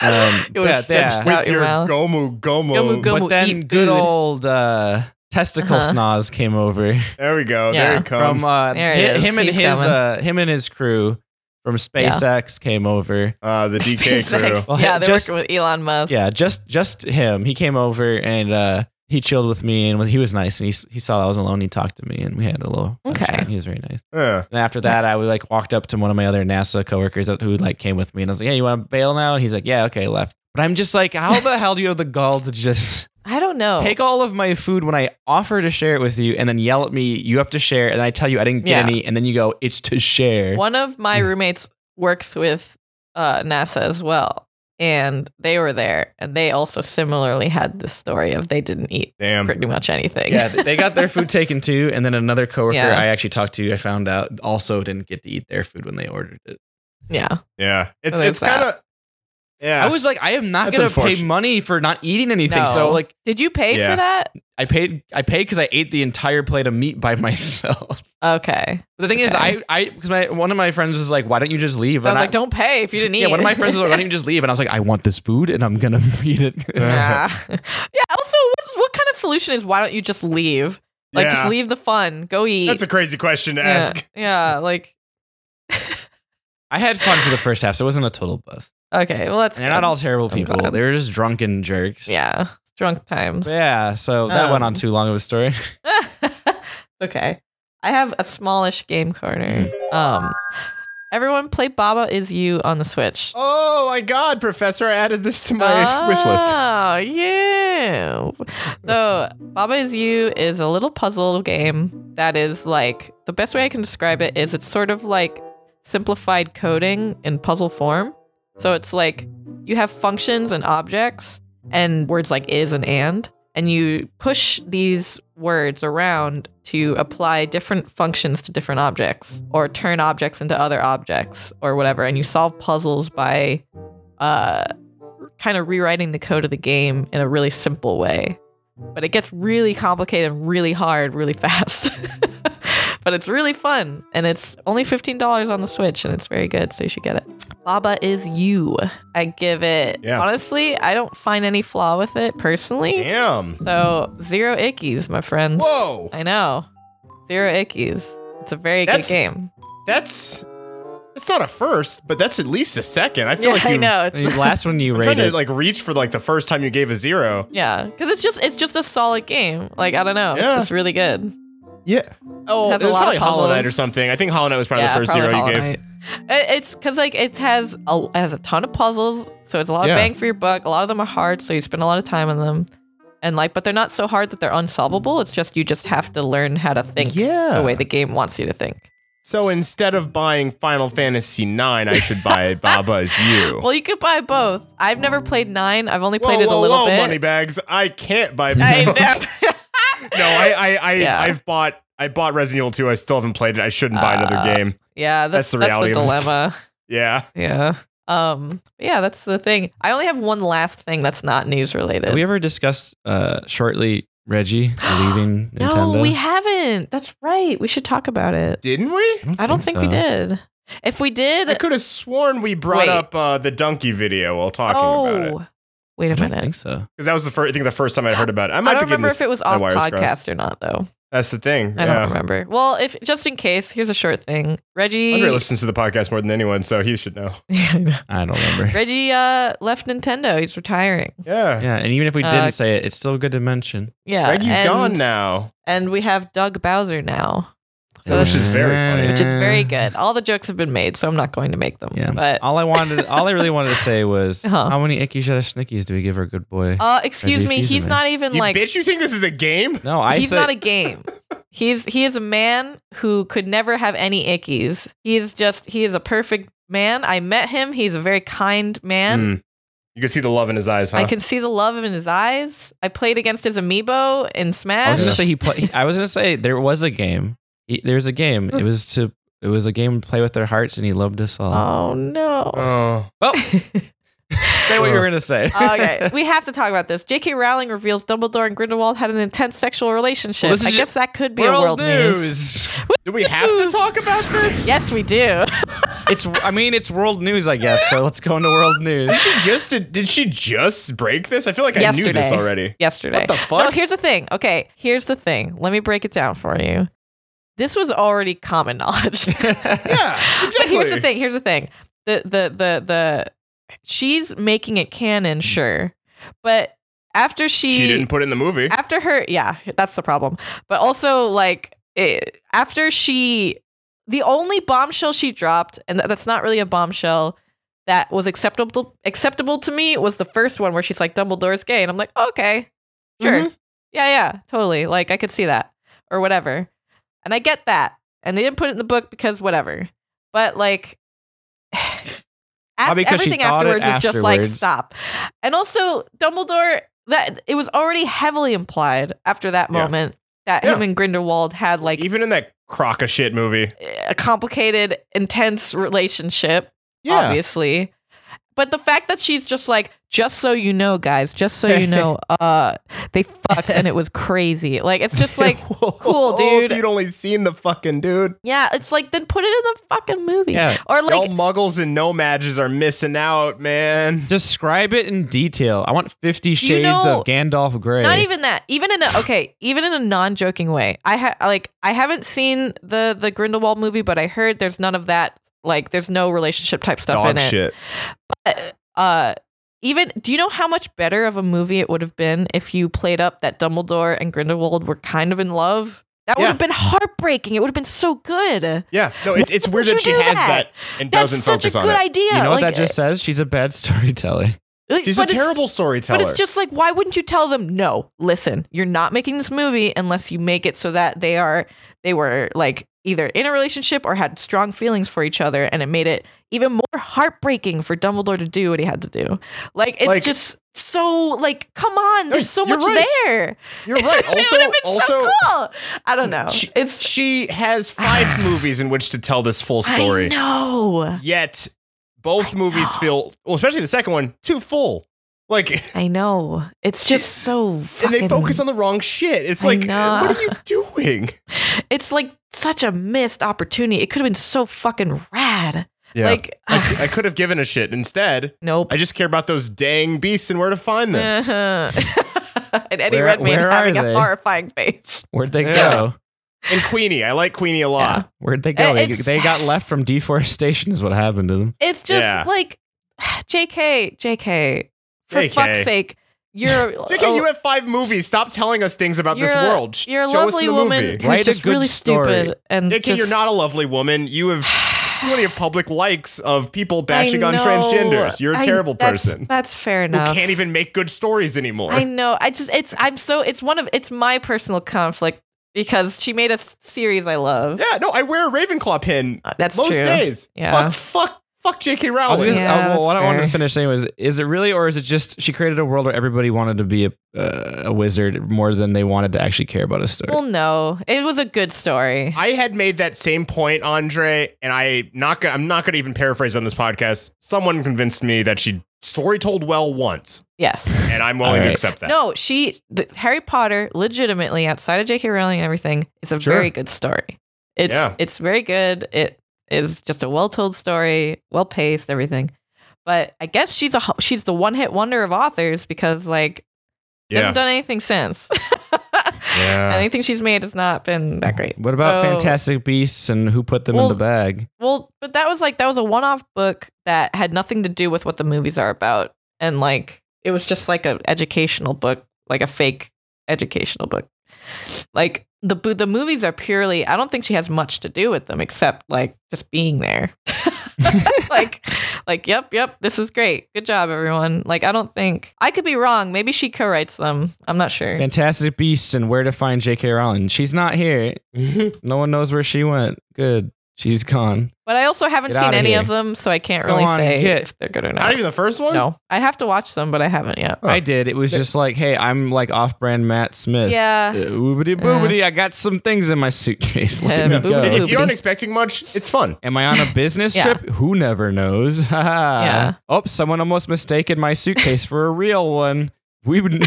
Speaker 2: Um,
Speaker 1: It would've
Speaker 2: yeah,
Speaker 1: stretched
Speaker 2: yeah.
Speaker 1: out your mouth.
Speaker 3: Gomu, Gomu
Speaker 1: Gomu, Go
Speaker 2: But
Speaker 1: move,
Speaker 2: then
Speaker 1: eat
Speaker 2: good
Speaker 1: food.
Speaker 2: old uh, testicle
Speaker 1: Uh-huh.
Speaker 2: snaz came over
Speaker 3: There we go. There
Speaker 1: Yeah.
Speaker 3: it comes.
Speaker 2: from uh,
Speaker 1: There
Speaker 2: hi-
Speaker 1: it is.
Speaker 2: him and
Speaker 1: He's
Speaker 2: his
Speaker 1: coming.
Speaker 2: uh, him and his crew. from SpaceX came over.
Speaker 3: Uh, the DK
Speaker 1: SpaceX.
Speaker 3: crew.
Speaker 2: Well,
Speaker 1: yeah, they're
Speaker 2: just-
Speaker 1: working with Elon Musk.
Speaker 2: Yeah, just just him. He came over and uh, he chilled with me and was he was nice and he s- he saw I was alone. He talked to me and we had a little
Speaker 1: Okay.
Speaker 2: chat. He was very nice.
Speaker 3: Uh,
Speaker 2: And after that, I would like walked up to one of my other NASA coworkers that- who like came with me and I was like, "Hey, you want to bail now?" And he's like, "Yeah, okay, left." But I'm just like, how the hell do you have the gall to just
Speaker 1: I don't know.
Speaker 2: take all of my food when I offer to share it with you, and then yell at me? You have to share, and I tell you I didn't get
Speaker 1: Yeah.
Speaker 2: any, and then you go, "It's to share."
Speaker 1: One of my roommates works with uh, NASA as well, and they were there, and they also similarly had this story of they didn't eat
Speaker 3: damn.
Speaker 1: pretty much anything.
Speaker 2: Um, Yeah, th- they got their food taken too, and then another coworker
Speaker 1: Yeah.
Speaker 2: I actually talked to, I found out also didn't get to eat their food when they ordered it.
Speaker 1: yeah.
Speaker 3: Yeah. It's,
Speaker 1: there's
Speaker 3: it's kind of. Yeah.
Speaker 2: I was like, I am not
Speaker 3: That's
Speaker 2: going to pay
Speaker 3: unfortunate.
Speaker 2: money for not eating anything.
Speaker 1: No.
Speaker 2: So like,
Speaker 1: Did you pay
Speaker 3: Yeah.
Speaker 1: for that?
Speaker 2: I paid, I paid because I ate the entire plate of meat by myself.
Speaker 1: Okay.
Speaker 2: But the thing is,
Speaker 1: Okay.
Speaker 2: I, I, because my one of my friends was like, why don't you just leave?
Speaker 1: I was like, don't pay if you didn't eat.
Speaker 2: Yeah, one of my friends was like, why don't you just leave? And I was like, I want this food, and I'm gonna eat it.
Speaker 1: yeah. yeah. Also, what, what kind of solution is why don't you just leave? Like, just
Speaker 3: Yeah.
Speaker 1: leave the fun. Go eat.
Speaker 3: That's a crazy question to
Speaker 1: yeah.
Speaker 3: ask.
Speaker 1: Yeah. Like,
Speaker 2: I had fun for the first half, so it wasn't a total bust.
Speaker 1: okay. Well, that's
Speaker 2: And they're not
Speaker 1: good.
Speaker 2: all terrible
Speaker 1: I'm
Speaker 2: people.
Speaker 1: glad.
Speaker 2: They were just drunken jerks.
Speaker 1: Yeah. Drunk times.
Speaker 2: But yeah. So that went on
Speaker 1: Um.
Speaker 2: too long of a story.
Speaker 1: okay. I have a smallish game corner. Um everyone play Baba is you on the Switch.
Speaker 3: Oh my God, Professor! I added this to
Speaker 1: Ah.
Speaker 3: my wish list.
Speaker 1: Oh, yeah. So, Baba is You is a little puzzle game that is like the best way I can describe it is it's sort of like simplified coding in puzzle form. So, it's like you have functions and objects and words like is and and, and you push these words around to apply different functions to different objects or turn objects into other objects or whatever. And you solve puzzles by uh, kind of rewriting the code of the game in a really simple way. But it gets really complicated and really hard really fast. but it's really fun and it's only $15 on the Switch and it's very good, so you should get it. Baba is you. I give it.
Speaker 3: Yeah.
Speaker 1: Honestly, I don't find any flaw with it personally.
Speaker 3: Damn.
Speaker 1: So, zero ickies, my friends.
Speaker 3: Whoa.
Speaker 1: I know. Zero ickies. It's a very
Speaker 3: That's-
Speaker 1: good game.
Speaker 3: That's that's not a first, but that's at least a second. I feel
Speaker 1: Yeah,
Speaker 3: like
Speaker 1: I
Speaker 3: you
Speaker 1: know. It's
Speaker 2: The last one you
Speaker 3: I'm trying to
Speaker 2: rated,
Speaker 3: like reach for like the first time you gave a zero.
Speaker 1: Yeah, because it's just it's just a solid game. Like I don't know,
Speaker 3: Yeah.
Speaker 1: it's just really good.
Speaker 3: Yeah. Oh,
Speaker 1: Has
Speaker 3: it
Speaker 1: a
Speaker 3: was
Speaker 1: lot of
Speaker 3: probably Hollow Knight
Speaker 1: puzzles.
Speaker 3: or something. I think Hollow Knight was probably
Speaker 1: yeah,
Speaker 3: the first
Speaker 1: probably
Speaker 3: zero
Speaker 1: Hollow
Speaker 3: you gave.
Speaker 1: Knight. It- It's because like it has a it has a ton of puzzles, so it's a lot
Speaker 3: Yeah.
Speaker 1: of bang for your buck. A lot of them are hard, so you spend a lot of time on them, and like, but they're not so hard that they're unsolvable. It's just you just have to learn how to think
Speaker 3: Yeah.
Speaker 1: the way the game wants you to think.
Speaker 3: So instead of buying Final Fantasy IX, I should buy Baba's You.
Speaker 1: Well, you could buy both. I've never played nine. I've only played
Speaker 3: whoa,
Speaker 1: it a
Speaker 3: whoa,
Speaker 1: little
Speaker 3: whoa,
Speaker 1: bit.
Speaker 3: money bags. I can't buy.
Speaker 1: I
Speaker 3: both.
Speaker 1: know.
Speaker 3: no, I, I, I
Speaker 1: Yeah.
Speaker 3: I've bought. I bought Resident Evil 2. I still haven't played it. I shouldn't buy another
Speaker 1: Uh,
Speaker 3: game.
Speaker 1: yeah,
Speaker 3: That's
Speaker 1: that's,
Speaker 3: the reality
Speaker 1: that's the
Speaker 3: of this.
Speaker 1: dilemma.
Speaker 3: Yeah.
Speaker 1: Yeah. Um. Yeah, that's the thing. I only have one last thing that's not news related.
Speaker 2: have we ever discussed uh, shortly Reggie leaving Nintendo?
Speaker 1: No, we haven't. That's right. We should talk about it.
Speaker 3: Didn't we?
Speaker 1: I don't think we
Speaker 2: so.
Speaker 1: did. If we
Speaker 3: I
Speaker 1: did,
Speaker 3: could have sworn we brought
Speaker 1: Wait.
Speaker 3: up uh, the donkey video while talking about it
Speaker 1: oh, wait a
Speaker 2: I don't think
Speaker 1: minute.
Speaker 2: so.
Speaker 3: because that was the first. I think the first time I heard about it. I
Speaker 1: I
Speaker 3: might
Speaker 1: don't
Speaker 3: be getting
Speaker 1: remember
Speaker 3: this,
Speaker 1: if it was
Speaker 3: my
Speaker 1: off
Speaker 3: wires
Speaker 1: podcast
Speaker 3: crossed.
Speaker 1: or not, though.
Speaker 3: That's the thing.
Speaker 1: I
Speaker 3: yeah.
Speaker 1: don't remember. Well, if just in case, here's a short thing. Reggie,
Speaker 3: Andre listens to the podcast more than anyone, so he should know.
Speaker 1: Yeah, I know.
Speaker 2: I don't remember.
Speaker 1: Reggie uh, left Nintendo. He's retiring.
Speaker 3: Yeah.
Speaker 2: Yeah, and even if we
Speaker 1: Uh,
Speaker 2: didn't say it, it's still good to mention.
Speaker 1: Yeah,
Speaker 3: Reggie's
Speaker 1: Uh, and-
Speaker 3: gone now.
Speaker 1: and we have Doug Bowser now.
Speaker 2: Oh,
Speaker 1: So
Speaker 3: Which
Speaker 1: that's
Speaker 3: is very funny.
Speaker 1: which is very good. All the jokes have been made, so I'm not going to make them.
Speaker 2: Yeah.
Speaker 1: But
Speaker 2: all I wanted, all I really wanted to say was,
Speaker 1: Uh-huh.
Speaker 2: how many icky shot snickies do we give our good boy?
Speaker 1: uh, excuse
Speaker 2: Reggie
Speaker 1: me,
Speaker 2: Fils-Aimé.
Speaker 1: he's not even
Speaker 3: You
Speaker 1: like
Speaker 3: bitch, you think this is a game?
Speaker 2: no, I
Speaker 1: he's
Speaker 2: said
Speaker 1: not a game. He's he is a man who could never have any ickies. He is just he is a perfect man. I met him. He's a very kind man.
Speaker 3: Mm. You could see the love in his eyes, huh?
Speaker 1: I can see the love in his eyes. I played against his amiibo in Smash.
Speaker 2: I was gonna say he play. I was gonna say there was a game. He, there was a game. It was to. It was a game to play with their hearts, and he loved us all.
Speaker 1: oh no.
Speaker 3: Oh.
Speaker 2: say what you were gonna say.
Speaker 1: okay, we have to talk about this. J.K. Rowling reveals Dumbledore and Grindelwald had an intense sexual relationship.
Speaker 2: Well, this
Speaker 1: I
Speaker 2: is
Speaker 1: guess that could be a world news.
Speaker 3: Do we have to talk about this?
Speaker 1: Yes, we do.
Speaker 2: it's. I mean, it's world news, I guess. So let's go into world news.
Speaker 3: She just did, did she just break this? I feel like I knew this
Speaker 1: Yesterday.
Speaker 3: already.
Speaker 1: Yesterday.
Speaker 3: What the
Speaker 1: No,
Speaker 3: fuck?
Speaker 1: here's the thing. Okay, here's the thing. Let me break it down for you. this was already common knowledge.
Speaker 3: Yeah,
Speaker 1: But here's the
Speaker 3: exactly.
Speaker 1: thing. Here's the thing. The the the the she's making it canon, sure, but after she,
Speaker 3: she didn't put it in the movie.
Speaker 1: after her, yeah, that's the problem. But also like it, after she, the only bombshell she dropped, and th- that's not really a bombshell. That was acceptable acceptable to me was the first one where she's like Dumbledore's gay, and I'm like, okay, sure,
Speaker 2: Mm-hmm.
Speaker 1: yeah, yeah, totally. Like I could see that or whatever. And I get that. And they didn't put it in the book because whatever. But like af-
Speaker 2: Probably 'cause she
Speaker 1: everything
Speaker 2: thought it
Speaker 1: afterwards is just like
Speaker 2: afterwards.
Speaker 1: stop. And also Dumbledore that it was already heavily implied after that
Speaker 3: Yeah.
Speaker 1: moment that him
Speaker 3: Yeah.
Speaker 1: and Grindelwald had like
Speaker 3: Even in that crock of shit movie.
Speaker 1: a complicated, intense relationship obviously. But the fact that she's just like, just so you know, guys, just so you know, uh, they fucked and it was crazy. Like it's just like, cool, dude.
Speaker 3: If you'd only seen the fucking dude.
Speaker 1: yeah, it's like then put it in the fucking movie,
Speaker 2: Yeah.
Speaker 1: or like,
Speaker 3: Y'all muggles and no matches are missing out, man.
Speaker 2: Describe it in detail. I want Fifty Shades
Speaker 1: know-
Speaker 2: of Gandalf Grey.
Speaker 1: not even that. Even in a okay, even in a non-joking way, I ha- like I haven't seen the the Grindelwald movie, but I heard there's none of that. Like there's no relationship type stuff in
Speaker 3: Dog
Speaker 1: it.
Speaker 3: shit.
Speaker 1: uh even do you know how much better of a movie it would have been if you played up that Dumbledore and Grindelwald were kind of in love? That would
Speaker 3: Yeah.
Speaker 1: have been heartbreaking. It would have been so good.
Speaker 3: Yeah. No, it's, it's
Speaker 1: Why
Speaker 3: weird
Speaker 1: would
Speaker 3: that she
Speaker 1: you do
Speaker 3: has
Speaker 1: that?
Speaker 3: that, and
Speaker 1: That's
Speaker 3: doesn't
Speaker 1: such
Speaker 3: focus
Speaker 1: a
Speaker 3: on
Speaker 1: good
Speaker 3: it.
Speaker 1: idea.
Speaker 2: you know what
Speaker 1: like,
Speaker 2: that just says? She's a bad storyteller.
Speaker 1: like,
Speaker 3: She's
Speaker 1: but
Speaker 3: a
Speaker 1: it's-
Speaker 3: terrible storyteller.
Speaker 1: But it's just like, why wouldn't you tell them? No, listen, you're not making this movie unless you make it so that they are they were like either in a relationship or had strong feelings for each other, and it made it even more heartbreaking for Dumbledore to do what he had to do. Like it's
Speaker 3: Like-
Speaker 1: just so like, come on, there's so
Speaker 3: you're
Speaker 1: much
Speaker 3: right.
Speaker 1: there.
Speaker 3: You're right.
Speaker 1: It
Speaker 3: Also,
Speaker 1: would've been
Speaker 3: also,
Speaker 1: so cool. I don't know.
Speaker 3: She,
Speaker 1: it's
Speaker 3: she has five movies in which to tell this full
Speaker 1: I
Speaker 3: story.
Speaker 1: know.
Speaker 3: Yet both movies feel well, especially the second one, too full. Like
Speaker 1: I know. It's
Speaker 3: She-
Speaker 1: just so.
Speaker 3: and
Speaker 1: Fucking,
Speaker 3: they focus on the wrong shit. It's
Speaker 1: I
Speaker 3: like
Speaker 1: know.
Speaker 3: what are you doing?
Speaker 1: It's like such a missed opportunity. It could have been so fucking rad.
Speaker 3: Yeah.
Speaker 1: Like,
Speaker 3: I, I could have given a shit. Instead,
Speaker 1: nope.
Speaker 3: I just care about those dang beasts and where to find them.
Speaker 1: Uh-huh. and Eddie
Speaker 2: Where-
Speaker 1: Redmayne
Speaker 2: where are
Speaker 1: having a
Speaker 2: they?
Speaker 1: horrifying face.
Speaker 2: Where'd they
Speaker 3: Yeah.
Speaker 2: go?
Speaker 3: And Queenie, I like Queenie a lot.
Speaker 2: Where'd they go?
Speaker 1: Uh,
Speaker 2: They,
Speaker 1: it's-
Speaker 2: they got left from deforestation. Is what happened to them.
Speaker 1: It's just
Speaker 3: Yeah.
Speaker 1: like, Jk, Jk, for
Speaker 3: JK.
Speaker 1: fuck's sake, you're.
Speaker 3: JK, you have five movies. Stop telling us things about this
Speaker 1: Oh. You're a-
Speaker 3: world. Sh-
Speaker 1: you're a
Speaker 3: Show us
Speaker 1: lovely
Speaker 3: the
Speaker 1: woman
Speaker 3: Movie.
Speaker 1: who's
Speaker 2: Write a
Speaker 1: just
Speaker 2: good
Speaker 1: really
Speaker 2: story.
Speaker 1: stupid and
Speaker 3: JK,
Speaker 1: just,
Speaker 3: you're not a lovely woman. You have plenty of public likes of people bashing
Speaker 1: I
Speaker 3: on
Speaker 1: know.
Speaker 3: transgenders. You're a
Speaker 1: I-
Speaker 3: terrible
Speaker 1: that's-
Speaker 3: person
Speaker 1: That's fair
Speaker 3: who
Speaker 1: enough.
Speaker 3: can't even make good stories anymore.
Speaker 1: I know. I just it's I'm so it's one of it's my personal conflict because she made a s- series I love.
Speaker 3: yeah, no, I wear a Ravenclaw pin
Speaker 1: Uh, That's
Speaker 3: most
Speaker 1: true.
Speaker 3: days.
Speaker 1: Yeah.
Speaker 3: Fuck, fuck, fuck J.K.
Speaker 2: I was
Speaker 3: Rowling.
Speaker 2: just,
Speaker 1: Oh, Yeah,
Speaker 2: uh, well, what
Speaker 1: that's
Speaker 2: I wanted
Speaker 1: fair.
Speaker 2: to finish saying was: Is it really, or is it just she created a world where everybody wanted to be a, uh, a wizard more than they wanted to actually care about a story?
Speaker 1: Well, no, it was a good story.
Speaker 3: I had made that same point, Andre, and I not gonna, I'm not going to even paraphrase on this podcast. Someone convinced me that she story told well once,
Speaker 1: Yes.
Speaker 3: and I'm willing
Speaker 2: All
Speaker 3: to
Speaker 2: right.
Speaker 3: accept that.
Speaker 1: No, she th- Harry Potter legitimately outside of J.K. Rowling and everything is a
Speaker 3: Sure.
Speaker 1: very good story. It's
Speaker 3: Yeah.
Speaker 1: it's very good. It is just a well-told story, well-paced, everything. But I guess she's a ho- she's the one-hit wonder of authors because like she hasn't done anything since.
Speaker 3: Uh. yeah.
Speaker 1: Anything she's made has not been that great.
Speaker 2: what about
Speaker 1: So-
Speaker 2: Fantastic Beasts and who put them
Speaker 1: oh. Well,
Speaker 2: in the bag?
Speaker 1: Well, but that was like that was a one-off book that had nothing to do with what the movies are about, and like it was just like a educational book, like a fake educational book. Like the bo- the movies are purely. I don't think she has much to do with them except like just being there. like, like yep, yep. This is great. Good job, everyone. Like I don't think I could be wrong. Maybe she co-writes them. I'm not sure.
Speaker 2: Fantastic Beasts and Where to Find J.K. Rowling. She's not here. No one knows where she went. Good. She's gone.
Speaker 1: But I also haven't
Speaker 2: Get
Speaker 1: seen
Speaker 2: outta
Speaker 1: any
Speaker 2: here.
Speaker 1: of them, so I can't
Speaker 2: Go
Speaker 1: really
Speaker 2: on,
Speaker 1: say
Speaker 2: get-
Speaker 1: if they're good or not.
Speaker 3: Not even the first one.
Speaker 1: No, I have to watch them, but I haven't yet.
Speaker 3: Huh.
Speaker 2: I did. It was just like, hey, I'm like off brand Matt Smith. Uh,
Speaker 1: Yeah.
Speaker 2: Oobity boobity. I got some things in my suitcase. Look at
Speaker 1: Yeah,
Speaker 2: me
Speaker 1: boobity
Speaker 2: go.
Speaker 3: If you aren't expecting much, it's fun.
Speaker 2: Am I on a business
Speaker 1: Yeah.
Speaker 2: trip? Who never knows.
Speaker 1: Yeah.
Speaker 2: yeah. Oh, someone almost mistaken my suitcase for a real one. We would.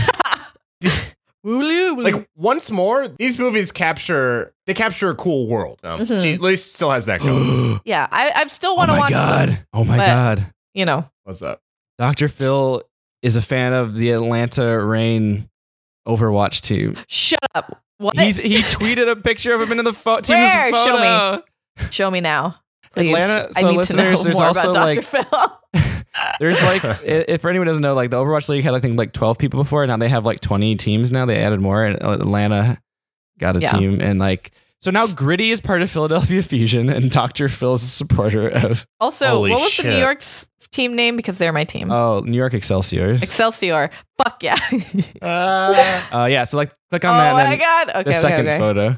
Speaker 3: Like once more, these movies capture they capture a cool world. Um,
Speaker 1: Mhm.
Speaker 3: She at least still has that going.
Speaker 1: yeah, I, I still
Speaker 2: oh
Speaker 1: want to
Speaker 2: my
Speaker 1: watch
Speaker 2: god.
Speaker 1: them.
Speaker 2: Oh my
Speaker 1: but-
Speaker 2: god.
Speaker 1: You know,
Speaker 3: What's up?
Speaker 2: Dr. Phil is a fan of the Atlanta Rain Overwatch team.
Speaker 1: shut up. What?
Speaker 2: He's he tweeted a picture of him into the photo.
Speaker 1: Where? Show me.
Speaker 2: Show me.
Speaker 1: Show me now. Please.
Speaker 2: Atlanta-
Speaker 1: I
Speaker 2: so
Speaker 1: need to know
Speaker 2: listeners, there's
Speaker 1: more
Speaker 2: also,
Speaker 1: about Dr.
Speaker 2: like-
Speaker 1: Phil.
Speaker 2: There's like, i- if for anyone who doesn't know, like the Overwatch League had I think like 12 people before, and now they have like 20 teams. Now they added more, and Atlanta got a
Speaker 1: Yeah.
Speaker 2: team, and like so now Gritty is part of Philadelphia Fusion, and Doctor Phil's a supporter of
Speaker 1: Also,
Speaker 3: Holy
Speaker 1: what was the New
Speaker 3: shit.
Speaker 1: York's team name? Because they're my team.
Speaker 2: oh New York Excelsior.
Speaker 1: Excelsior. Fuck yeah.
Speaker 2: Uh, yeah, so like click
Speaker 1: oh
Speaker 2: on that. And then
Speaker 1: my god. Okay,
Speaker 2: the
Speaker 1: okay,
Speaker 2: second
Speaker 1: okay.
Speaker 2: photo.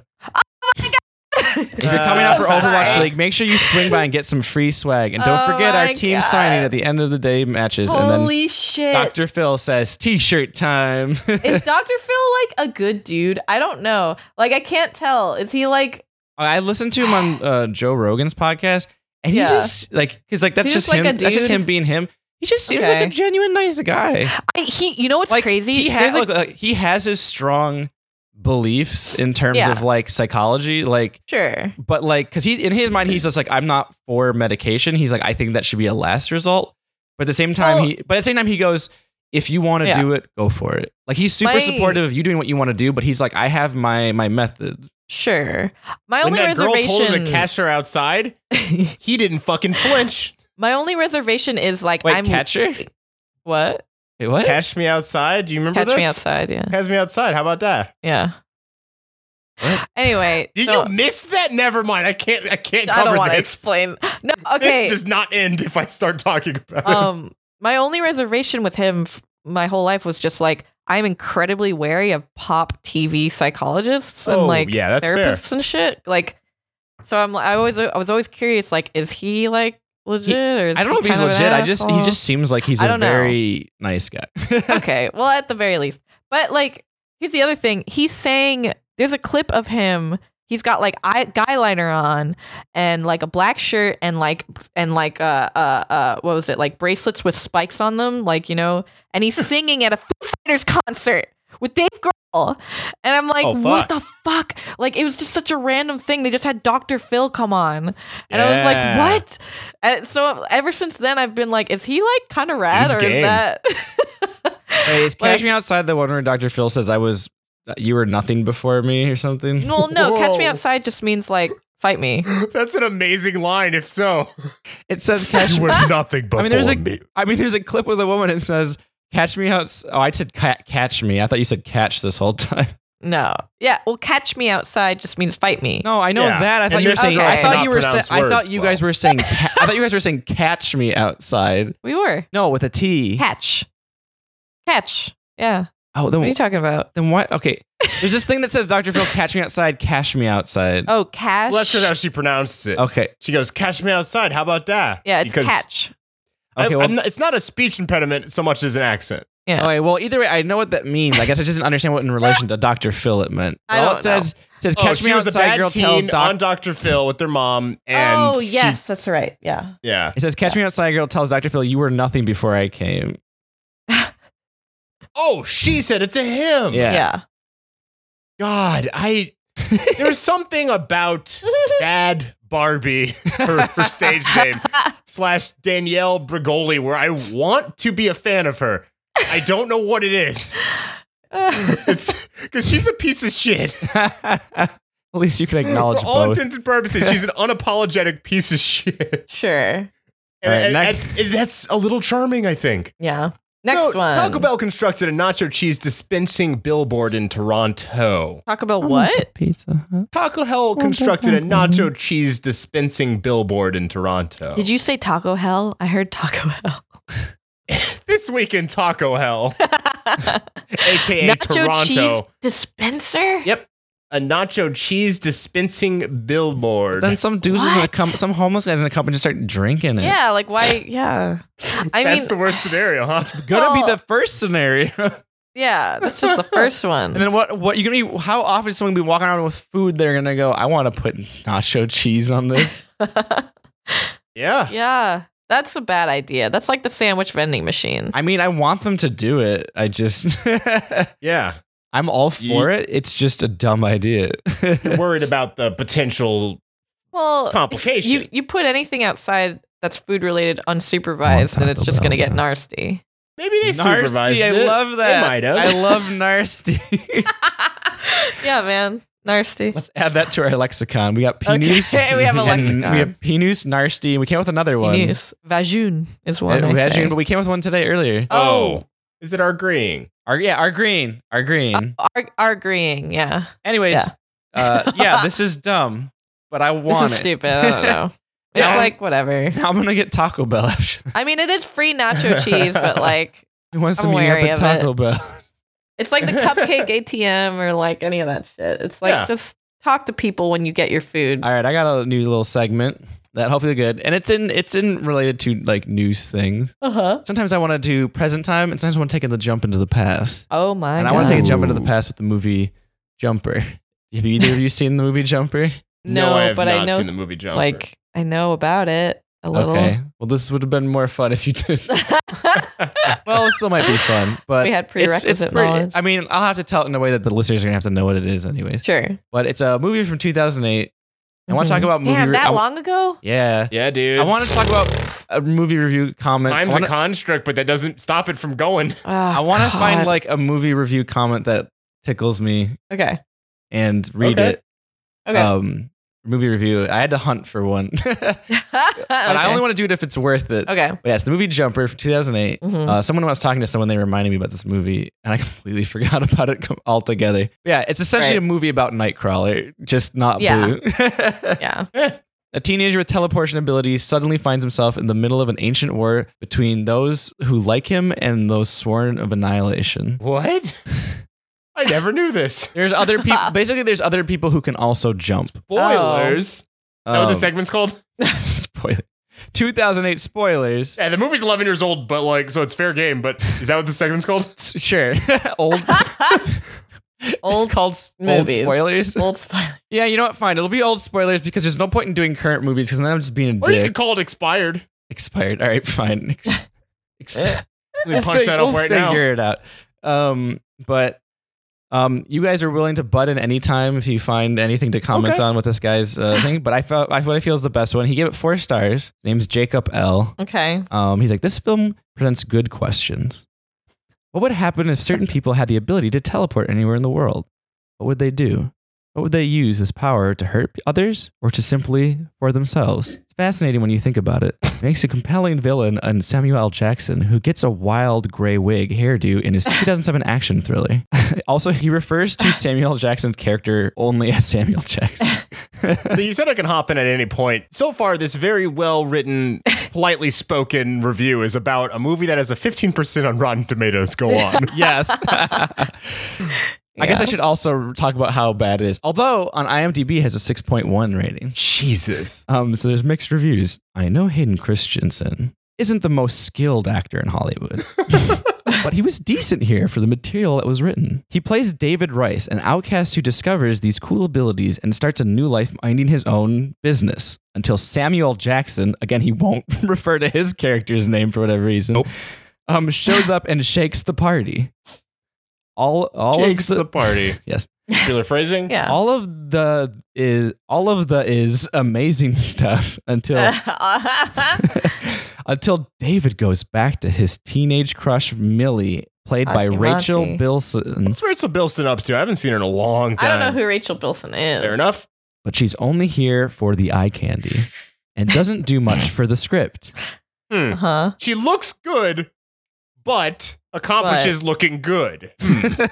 Speaker 2: If you're
Speaker 3: Uh,
Speaker 2: coming out for
Speaker 3: sorry.
Speaker 2: Overwatch League, make sure you swing by and get some free swag. And don't
Speaker 1: Oh
Speaker 2: forget our
Speaker 1: my
Speaker 2: team
Speaker 1: God.
Speaker 2: signing at the end of the day matches. and
Speaker 1: Holy shit.
Speaker 2: then Dr. Phil says t-shirt time.
Speaker 1: Is Dr. Phil like a good dude? I don't know. Like I can't tell. Is he like
Speaker 2: I listened to him on uh, Joe Rogan's podcast, and he
Speaker 1: Yeah.
Speaker 2: just like he's like that's
Speaker 1: He's
Speaker 2: just,
Speaker 1: just like
Speaker 2: him.
Speaker 1: a
Speaker 2: That's just
Speaker 1: dude.
Speaker 2: him being him. He just seems like
Speaker 1: Okay.
Speaker 2: a genuine nice guy.
Speaker 1: I, he you know what's
Speaker 2: like
Speaker 1: crazy?
Speaker 2: He, ha-
Speaker 1: There's a-
Speaker 2: look, like, he has his strong beliefs in terms
Speaker 1: Yeah.
Speaker 2: of like psychology, like
Speaker 1: sure.
Speaker 2: but like because he in his mind he's just like i'm not for medication he's like i think that should be a last result but at the same time
Speaker 1: Well-
Speaker 2: he but at the same time he goes if you want to
Speaker 1: Yeah.
Speaker 2: do it go for it like he's super
Speaker 1: My-
Speaker 2: supportive of you doing what you want to do but he's like i have my my methods
Speaker 1: Sure. My
Speaker 3: when
Speaker 1: only
Speaker 3: that girl
Speaker 1: reservation
Speaker 3: told her to catch her outside, he didn't fucking flinch.
Speaker 1: My only reservation is like
Speaker 2: wait
Speaker 1: I'm
Speaker 2: catcher
Speaker 1: what?
Speaker 2: wait what
Speaker 3: Catch me outside. Do you remember
Speaker 1: Catch
Speaker 3: this?
Speaker 1: me outside, yeah.
Speaker 3: Catch me outside. How about that?
Speaker 1: Yeah. Anyway,
Speaker 3: Did
Speaker 1: so-
Speaker 3: you miss that? Never mind. I can't. I can't cover
Speaker 1: I don't want to
Speaker 3: this.
Speaker 1: explain. No, okay.
Speaker 3: This does not end if I start talking about it.
Speaker 1: um, my only reservation with him f- my whole life was just like I'm incredibly wary of pop TV psychologists and
Speaker 3: Oh,
Speaker 1: like
Speaker 3: yeah, that's fair.
Speaker 1: therapists and shit. Like, so I'm I always I was always curious. Like, is he like legit or is
Speaker 2: i don't know if
Speaker 1: he
Speaker 2: he's
Speaker 1: kind of
Speaker 2: legit
Speaker 1: an
Speaker 2: i just he
Speaker 1: asshole?
Speaker 2: just seems like he's
Speaker 1: I
Speaker 2: a
Speaker 1: don't know.
Speaker 2: very nice guy
Speaker 1: okay. Well, at the very least. But like, here's the other thing. He's saying there's a clip of him. He's got like eye guy liner on and like a black shirt and like and like uh uh uh what was it like bracelets with spikes on them like you know and
Speaker 3: Hmm.
Speaker 1: he's singing at a Foo Fighters concert with Dave Grohl and I'm like
Speaker 3: Oh, fuck.
Speaker 1: what the fuck like it was just such a random thing they just had Dr Phil come on and I was
Speaker 3: Yeah.
Speaker 1: like what and so ever since then I've been like is he like kind of rad
Speaker 3: Dude's
Speaker 1: or
Speaker 3: game.
Speaker 1: is that
Speaker 2: Wait, is
Speaker 1: Like-
Speaker 2: catch me outside the one where dr phil says i was uh, you were nothing before me or something
Speaker 1: Well, no, catch me
Speaker 3: Whoa.
Speaker 1: outside just means like fight me.
Speaker 3: That's an amazing line. If so,
Speaker 2: it says catch
Speaker 3: were nothing but
Speaker 2: I mean, there's a, I mean, there's a clip with a woman that says, "Catch me out." Oh, I said ca- catch me. I thought you said catch this whole time.
Speaker 1: No, yeah, well, catch me outside just means fight me.
Speaker 2: No, I know
Speaker 3: Yeah.
Speaker 2: that. I
Speaker 3: And
Speaker 2: thought you were
Speaker 3: this
Speaker 2: saying.
Speaker 1: girl
Speaker 2: I thought
Speaker 3: cannot
Speaker 2: you were. Sa-
Speaker 3: pronounce
Speaker 2: I thought
Speaker 3: words
Speaker 2: you guys were saying. Ca- I thought you guys were saying catch me outside.
Speaker 1: we were
Speaker 2: No, with a T.
Speaker 1: catch, catch. Yeah,
Speaker 2: Oh,
Speaker 1: what are you
Speaker 2: then
Speaker 1: talking about?
Speaker 2: then what? Okay, there's this thing that says Dr. Phil, catch me outside, cash me outside.
Speaker 1: Oh, cash.
Speaker 3: Well, that's just how she pronounced it.
Speaker 2: Okay,
Speaker 3: She goes, "Catch me outside." How about that?
Speaker 1: yeah, it's
Speaker 3: because
Speaker 1: catch.
Speaker 3: I-
Speaker 2: okay.
Speaker 3: I'm
Speaker 2: Well,
Speaker 3: not- it's not a speech impediment so much as an accent.
Speaker 1: Yeah.
Speaker 2: okay, well, either way, I know what that means. I guess I just didn't understand what in relation to Dr. Phil it meant.
Speaker 1: I
Speaker 2: All
Speaker 1: don't
Speaker 2: it says says
Speaker 3: Oh,
Speaker 2: catch
Speaker 3: she
Speaker 2: me
Speaker 3: was a
Speaker 2: outside.
Speaker 3: bad
Speaker 2: Girl
Speaker 3: teen
Speaker 2: tells doc-
Speaker 3: on Dr. Phil with their mom, and
Speaker 1: oh
Speaker 3: she-
Speaker 1: yes, that's right. Yeah.
Speaker 3: yeah.
Speaker 2: It says catch me outside. Girl tells Dr. Phil, you were nothing before I came.
Speaker 3: Oh, she said it to him.
Speaker 2: Yeah.
Speaker 1: yeah,
Speaker 3: God, I there was something about Bad Barbie, her, her stage name, slash Danielle Brigoli, where I want to be a fan of her. I don't know what it is. It's because she's a piece of shit.
Speaker 2: At least you can acknowledge
Speaker 3: For all
Speaker 2: both.
Speaker 3: intents and purposes, she's an unapologetic piece of shit.
Speaker 1: sure.
Speaker 3: And,
Speaker 2: All right,
Speaker 3: and-
Speaker 2: next-
Speaker 3: and that's a little charming, I think.
Speaker 1: Yeah. Next
Speaker 3: So,
Speaker 1: one.
Speaker 3: Taco Bell constructed a nacho cheese dispensing billboard in Toronto.
Speaker 1: Taco Bell. What?
Speaker 2: Pizza Hut.
Speaker 3: Taco Hell constructed a nacho cheese dispensing billboard in Toronto.
Speaker 1: Um, Did you say Taco Hell? I heard Taco Hell.
Speaker 3: This week in Taco Hell, aka
Speaker 1: Nacho
Speaker 3: Toronto.
Speaker 1: cheese dispenser.
Speaker 3: Yep. A nacho cheese dispensing billboard.
Speaker 2: Then some dudes is gonna
Speaker 1: What?
Speaker 2: come, some homeless guys gonna come and just start drinking it.
Speaker 1: Yeah, like why? Yeah. I
Speaker 3: That's
Speaker 1: mean,
Speaker 3: the worst scenario, huh?
Speaker 2: Gonna be the
Speaker 1: Well-
Speaker 2: first scenario.
Speaker 1: yeah, that's just the first one.
Speaker 2: and then what what you gonna be how often is someone gonna be walking around with food they're gonna go, I wanna put nacho cheese on this.
Speaker 3: Yeah.
Speaker 1: yeah, that's a bad idea. That's like the sandwich vending machine.
Speaker 2: I mean, I want them to do it. I just
Speaker 3: Yeah.
Speaker 2: I'm all for it. It's just a dumb idea.
Speaker 3: You're worried about the potential
Speaker 1: Well,
Speaker 3: complication.
Speaker 1: you you put anything outside that's food related unsupervised, and it's
Speaker 2: Taco
Speaker 1: just
Speaker 2: Bell,
Speaker 1: gonna get
Speaker 2: yeah.
Speaker 1: nasty.
Speaker 3: Maybe they supervised
Speaker 2: Narsty, I
Speaker 3: it.
Speaker 2: love
Speaker 3: They
Speaker 2: that.
Speaker 3: might have.
Speaker 2: I love Narsty.
Speaker 1: yeah, man. Nasty.
Speaker 2: Let's add that to our lexicon. We got Penus.
Speaker 1: Okay, we have a
Speaker 2: and
Speaker 1: lexicon.
Speaker 2: We have Penus, Narsty, and we came up with another one.
Speaker 1: News. Vajun is
Speaker 2: Uh,
Speaker 1: one. I
Speaker 2: Vajun,
Speaker 1: say.
Speaker 2: but we came up with one today earlier.
Speaker 3: oh, is it our green?
Speaker 2: Our, yeah, our green. Our green.
Speaker 1: Ar- arguing, yeah.
Speaker 2: Anyways,
Speaker 1: Oh, Yeah.
Speaker 2: Uh, yeah, this is dumb, but I want
Speaker 1: this is
Speaker 2: it.
Speaker 1: stupid. I don't know. it's
Speaker 2: Now-
Speaker 1: like whatever.
Speaker 2: Now I'm gonna get Taco Bell. after that.
Speaker 1: I mean, it is free nacho cheese, but like
Speaker 2: Who wants to
Speaker 1: I'm
Speaker 2: meet up
Speaker 1: wary
Speaker 2: at
Speaker 1: of
Speaker 2: Taco Bell?
Speaker 1: it's like the cupcake ATM or like any of that shit. It's like
Speaker 3: Yeah.
Speaker 1: just talk to people when you get your food.
Speaker 2: All right, I got a new little segment that hopefully good, and it's in it's in related to like news things.
Speaker 1: Uh huh.
Speaker 2: Sometimes I want to do present time, and sometimes I want to take the jump into the past.
Speaker 1: Oh my
Speaker 2: and
Speaker 1: god.
Speaker 2: I want to take a
Speaker 3: it-
Speaker 2: jump into the
Speaker 3: Ooh.
Speaker 2: past with the movie Jumper. Have either of you seen the movie Jumper?
Speaker 1: no,
Speaker 3: I have
Speaker 1: but
Speaker 3: not
Speaker 1: I know
Speaker 3: seen the movie Jumper.
Speaker 1: like I know about it a little.
Speaker 2: Okay. Well, this would have been more fun if you did. well, it still might be fun, but
Speaker 1: we had
Speaker 2: it's-
Speaker 1: prerequisite
Speaker 2: it's pretty-
Speaker 1: knowledge.
Speaker 2: I mean, I'll have to tell it in a way that the listeners are gonna have to know what it is, anyways.
Speaker 1: sure.
Speaker 2: But it's a movie from 2008. I want
Speaker 1: Mhm.
Speaker 2: to talk about movie.
Speaker 1: Damn,
Speaker 2: re-
Speaker 1: that
Speaker 2: I-
Speaker 1: long ago?
Speaker 2: Yeah.
Speaker 3: yeah, dude.
Speaker 2: I want to talk about a movie review comment. I
Speaker 3: Time's
Speaker 2: wanna-
Speaker 3: a construct, but that doesn't stop it from going.
Speaker 2: I want
Speaker 1: Oh, Ah,
Speaker 2: to find like a movie review comment that tickles me
Speaker 1: Okay.
Speaker 2: and read
Speaker 3: Okay.
Speaker 2: it.
Speaker 1: Okay.
Speaker 2: Um, movie review. I had to hunt for one, but I only want to do it if it's worth it.
Speaker 1: Okay.
Speaker 2: But yes, the movie Jumper from 2008.
Speaker 1: Mhm.
Speaker 2: Uh, someone when I was talking to someone, they reminded me about this movie, and I completely forgot about it com- altogether. Yeah, it's essentially
Speaker 1: Right.
Speaker 2: a movie about Nightcrawler, just not
Speaker 1: Yeah.
Speaker 2: blue.
Speaker 1: yeah.
Speaker 2: A teenager with teleportation abilities suddenly finds himself in the middle of an ancient war between those who like him and those sworn of annihilation.
Speaker 3: What? I never knew this.
Speaker 2: There's other people. Basically, there's other people who can also jump.
Speaker 3: Spoilers. Is that what the
Speaker 2: Um,
Speaker 3: segment's called?
Speaker 2: spoiler. 2008 spoilers.
Speaker 3: Yeah, the movie's 11 years old, but like, so it's fair game. But is that what the segment's called?
Speaker 2: S- Sure. old.
Speaker 1: Old
Speaker 2: it's called s- old
Speaker 1: movies.
Speaker 2: spoilers.
Speaker 1: Old spoiler.
Speaker 2: Yeah, you know what? Fine. It'll be old spoilers because there's no point in doing current movies because then I'm just being a
Speaker 3: Or you
Speaker 2: dick.
Speaker 3: could call it expired.
Speaker 2: Expired. All right, fine. Ex- ex-
Speaker 3: We can punch
Speaker 2: fig-
Speaker 3: that up
Speaker 2: we'll
Speaker 3: right now.
Speaker 2: figure it out. Um, but um, you guys are willing to butt in any time if you find anything to comment
Speaker 3: Okay.
Speaker 2: on with this guy's uh, thing. But I felt I, what I feel is the best one. He gave it four stars. name's Jacob L.
Speaker 1: Okay.
Speaker 2: Um, he's like, this film presents good questions. What would happen if certain people had the ability to teleport anywhere in the world? What would they do? What would they use as power to hurt others or to simply for themselves? It's fascinating when you think about it. It makes a compelling villain in Samuel L. Jackson, who gets a wild gray wig hairdo in his 2007 action thriller. also, he refers to Samuel L. Jackson's character only as Samuel Jackson.
Speaker 3: So you said I can hop in at any point. So far, this very well written, politely spoken review is about a movie that has a 15% on Rotten Tomatoes. Go on.
Speaker 2: yes. I guess I
Speaker 1: Yeah.
Speaker 2: should also talk about how bad it is. Although on IMDb it has a 6.1 rating.
Speaker 3: Jesus.
Speaker 2: Um, so there's mixed reviews. I know Hayden Christensen isn't the most skilled actor in Hollywood, but he was decent here for the material that was written. He plays David Rice, an outcast who discovers these cool abilities and starts a new life minding his own business until Samuel Jackson, again, he won't refer to his character's name for whatever reason, um, shows up and shakes the party. All, all
Speaker 3: Jake's
Speaker 2: of
Speaker 3: the party.
Speaker 2: yes,
Speaker 3: Popular phrasing?
Speaker 1: Yeah.
Speaker 2: all of the is all of the is amazing stuff until until David goes back to his teenage crush Millie, played by
Speaker 1: Hachimachi.
Speaker 2: Rachel Bilson,
Speaker 3: What's Rachel Bilson up to? I haven't seen her in a long
Speaker 1: I
Speaker 3: time.
Speaker 1: don't know who Rachel Bilson is.
Speaker 3: Fair enough.
Speaker 2: but she's only here for the eye candy and doesn't do much for the script.
Speaker 3: Hmm.
Speaker 1: Huh?
Speaker 3: She looks good, but accomplishes looking good. Hmm.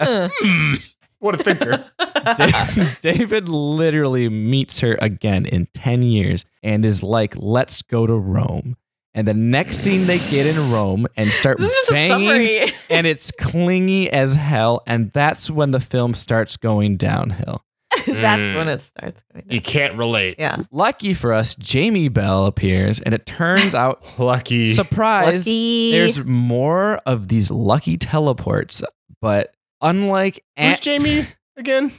Speaker 1: Hmm.
Speaker 3: What a thinker.
Speaker 2: Da- David literally meets her again in 10 years and is like, let's go to Rome. And the next scene they get in Rome and start
Speaker 1: This is just a
Speaker 2: banging,
Speaker 1: summary.
Speaker 2: and it's clingy as hell. And that's when the film starts going downhill. Hmm.
Speaker 1: That's when it starts. going down.
Speaker 3: You can't relate.
Speaker 1: Yeah.
Speaker 2: Lucky for us, Jamie Bell appears, and it turns out,
Speaker 3: Lucky.
Speaker 2: surprise,
Speaker 1: Lucky.
Speaker 2: there's more of these lucky teleports. But unlike
Speaker 3: Who's
Speaker 2: Ant-
Speaker 3: Jamie again?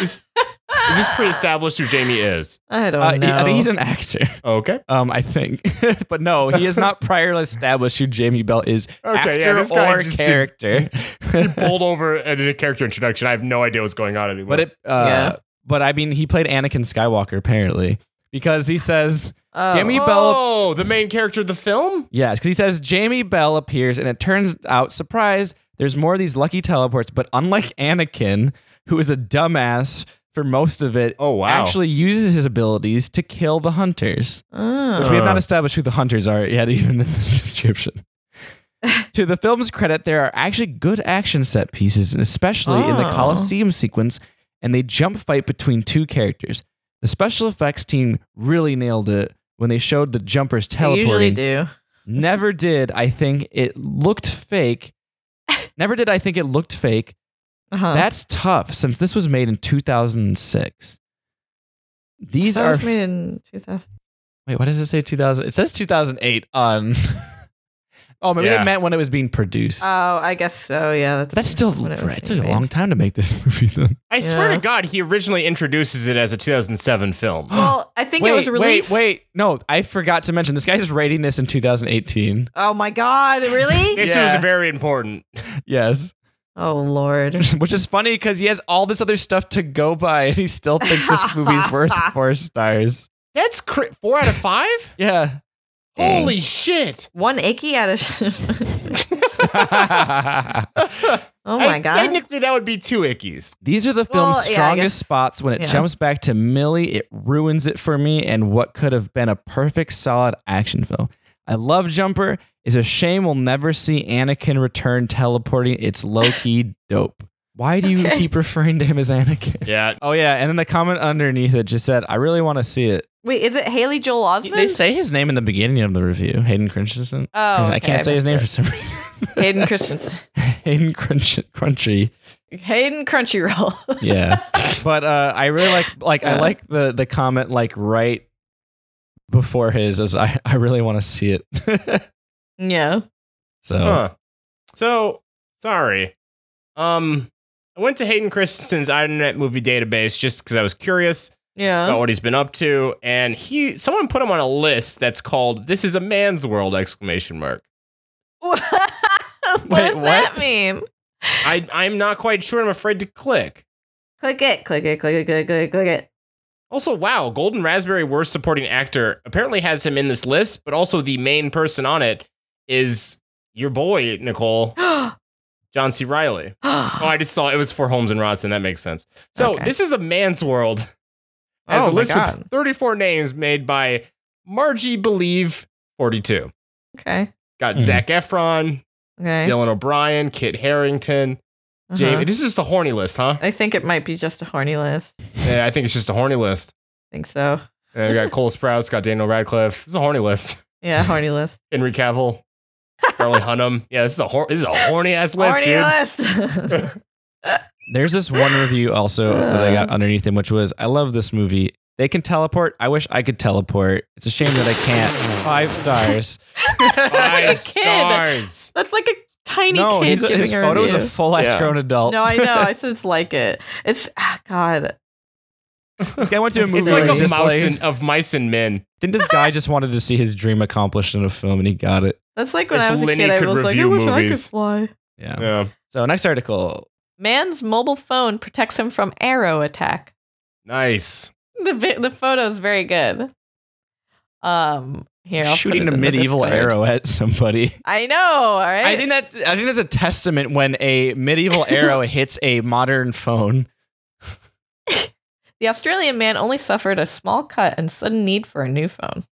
Speaker 3: Is, is this pre-established who Jamie is?
Speaker 1: I don't
Speaker 2: uh, he-
Speaker 1: know.
Speaker 2: I think he's an actor.
Speaker 3: Okay.
Speaker 2: Um, I think, but no, he is not prior established who Jamie Bell is,
Speaker 3: Okay,
Speaker 2: actor
Speaker 3: yeah, this guy
Speaker 2: or
Speaker 3: just did-
Speaker 2: character.
Speaker 3: Pulled over at a character introduction. I have no idea what's going on anymore.
Speaker 2: but it, uh,
Speaker 1: Yeah.
Speaker 2: but I mean, he played Anakin Skywalker apparently, because he says,
Speaker 1: Oh.
Speaker 2: Damn you. Bella-
Speaker 3: Oh, the main character of the film?
Speaker 2: yes, because he says Jamie Bell appears, and it turns out, surprise, there's more of these lucky teleports. But unlike Anakin, who is a dumbass for most of it,
Speaker 3: Oh, wow.
Speaker 2: actually uses his abilities to kill the hunters.
Speaker 1: mm.
Speaker 2: Which we have not established who the hunters are yet, even in this description. to the film's credit, there are actually good action set pieces, and especially in the
Speaker 1: Oh.
Speaker 2: Colosseum sequence, and they jump fight between two characters. The special effects team really nailed it when they showed the jumpers
Speaker 1: They
Speaker 2: teleporting.
Speaker 1: usually do.
Speaker 2: Never did I think it looked fake. Never did I think it looked fake.
Speaker 1: Uh-huh.
Speaker 2: That's tough since this was made in 2006. These
Speaker 1: That
Speaker 2: are
Speaker 1: was made in 2000.
Speaker 2: Wait, what does it say? 2000. It says 2008 on. oh, maybe
Speaker 3: Yeah.
Speaker 2: it meant when it was being produced.
Speaker 1: Oh, I guess so. Yeah, that's
Speaker 2: That's still
Speaker 1: when it was
Speaker 2: right. It took
Speaker 1: being
Speaker 2: a
Speaker 1: made.
Speaker 2: long time to make this movie. Then.
Speaker 3: I swear
Speaker 1: Yeah.
Speaker 3: to God, he originally introduces it as a 2007 film.
Speaker 1: Well, I think
Speaker 2: wait,
Speaker 1: it was released.
Speaker 2: wait, wait. No, I forgot to mention this guy's rating this in 2018.
Speaker 1: Oh my God! Really?
Speaker 3: This
Speaker 2: Yeah.
Speaker 3: is very important.
Speaker 2: Yes,
Speaker 1: oh Lord.
Speaker 2: which is funny because he has all this other stuff to go by, and he still thinks this movie's worth four stars.
Speaker 3: That's cr- four out of five?
Speaker 2: Yeah.
Speaker 1: Mm.
Speaker 3: Holy shit.
Speaker 1: One icky out of. oh my
Speaker 3: I-
Speaker 1: God.
Speaker 3: Technically, that would be two ickies.
Speaker 2: These are the
Speaker 1: Well,
Speaker 2: film's
Speaker 1: yeah, I
Speaker 2: strongest
Speaker 1: guess-
Speaker 2: spots. When it
Speaker 1: yeah.
Speaker 2: jumps back to Millie, it ruins it for me and what could have been a perfect, solid action film. I love Jumper. It's a shame we'll never see Anakin return teleporting. It's low key dope. Why do you
Speaker 1: Okay.
Speaker 2: keep referring to him as Anakin?
Speaker 3: Yeah.
Speaker 2: Oh, yeah. And then the comment underneath it just said, I really want to see it.
Speaker 1: Wait, is it Haley Joel Osment?
Speaker 2: They say his name in the beginning of the review Hayden Christensen.
Speaker 1: oh,
Speaker 2: I
Speaker 1: okay,
Speaker 2: can't say his
Speaker 1: missed
Speaker 2: name
Speaker 1: it.
Speaker 2: for some reason.
Speaker 1: Hayden Christensen.
Speaker 2: Hayden Crunch- Crunchy.
Speaker 1: Hayden Crunchyroll.
Speaker 2: yeah but uh i really like like i
Speaker 1: Yeah.
Speaker 2: like the the comment like right before his as i i really want to see it
Speaker 1: yeah.
Speaker 2: so
Speaker 1: Oh.
Speaker 3: Huh. So, sorry. Um, I went to Hayden Christensen's Internet Movie Database just because I was curious
Speaker 1: Yeah.
Speaker 3: about what he's been up to, and he someone put him on a list that's called "This is a Man's World!" exclamation mark.
Speaker 1: what
Speaker 2: Oh. Wait,
Speaker 1: does that
Speaker 2: what?
Speaker 1: mean?
Speaker 3: I I'm not quite sure. I'm afraid to click.
Speaker 1: Click it, click it, click it, click it, click it, click it.
Speaker 3: Also, wow, Golden Raspberry Worst Supporting Actor apparently has him in this list, but also the main person on it is your boy Nicole
Speaker 1: Oh
Speaker 3: John C. Riley. Oh, I just saw it was for Holmes and Rodson. That makes sense. So
Speaker 1: Okay.
Speaker 3: this is a man's world. As
Speaker 1: Oh
Speaker 3: a
Speaker 1: my
Speaker 3: list
Speaker 1: God.
Speaker 3: with 34 names made by Margie Believe 42.
Speaker 1: okay.
Speaker 3: Got
Speaker 2: Mhm.
Speaker 3: Zach Efron,
Speaker 1: Okay.
Speaker 3: Dylan O'Brien, Kit Harrington,
Speaker 1: Uh-huh.
Speaker 3: Jamie. This is just a horny list, huh?
Speaker 1: I think it might be just a horny list. I
Speaker 3: yeah, I think it's just a horny list.
Speaker 1: think so.
Speaker 3: And we got Cole Sprouse, got Daniel Radcliffe. This is a horny list.
Speaker 1: Yeah, horny list.
Speaker 3: Henry Cavill, Charlie Hunnam. Yeah, this is a hor- this is a horny ass list,
Speaker 1: horny
Speaker 3: dude.
Speaker 1: list.
Speaker 2: there's this one review also that i got underneath him which was i love this movie they can teleport i wish i could teleport it's a shame that i can't five stars
Speaker 1: Like a
Speaker 3: Five
Speaker 1: kid.
Speaker 3: stars.
Speaker 1: That's like a tiny
Speaker 2: no
Speaker 1: kid
Speaker 2: he's a,
Speaker 1: giving
Speaker 2: his
Speaker 1: a
Speaker 2: photo is
Speaker 1: review.
Speaker 2: a full-ass
Speaker 3: Yeah.
Speaker 2: grown adult
Speaker 1: no, I know. I said it's like it. It's ah, God.
Speaker 2: this guy went to a
Speaker 1: It's
Speaker 2: movie
Speaker 3: It's
Speaker 2: where
Speaker 3: like
Speaker 2: he's
Speaker 3: a
Speaker 2: just
Speaker 3: mouse
Speaker 2: like-
Speaker 3: and, of mice and men.
Speaker 2: i think this guy just wanted to see his dream accomplished in a film and he got it
Speaker 1: That's like when
Speaker 3: If
Speaker 1: I was a
Speaker 3: Lenny
Speaker 1: kid. I
Speaker 3: could
Speaker 1: was like, I
Speaker 3: review
Speaker 1: wish I could
Speaker 3: movies.
Speaker 1: fly.
Speaker 2: yeah.
Speaker 3: Yeah.
Speaker 2: so next article
Speaker 1: Man's mobile phone protects him from arrow attack.
Speaker 3: Nice.
Speaker 1: the vi- the photo's very good. Um, here I'll
Speaker 2: shooting
Speaker 1: put
Speaker 2: a
Speaker 1: it in the
Speaker 2: medieval
Speaker 1: Discord.
Speaker 2: arrow at somebody.
Speaker 1: I know, all right.
Speaker 2: I think that's I think that's a testament when a medieval arrow hits a modern phone.
Speaker 1: the Australian man only suffered a small cut and sudden need for a new phone.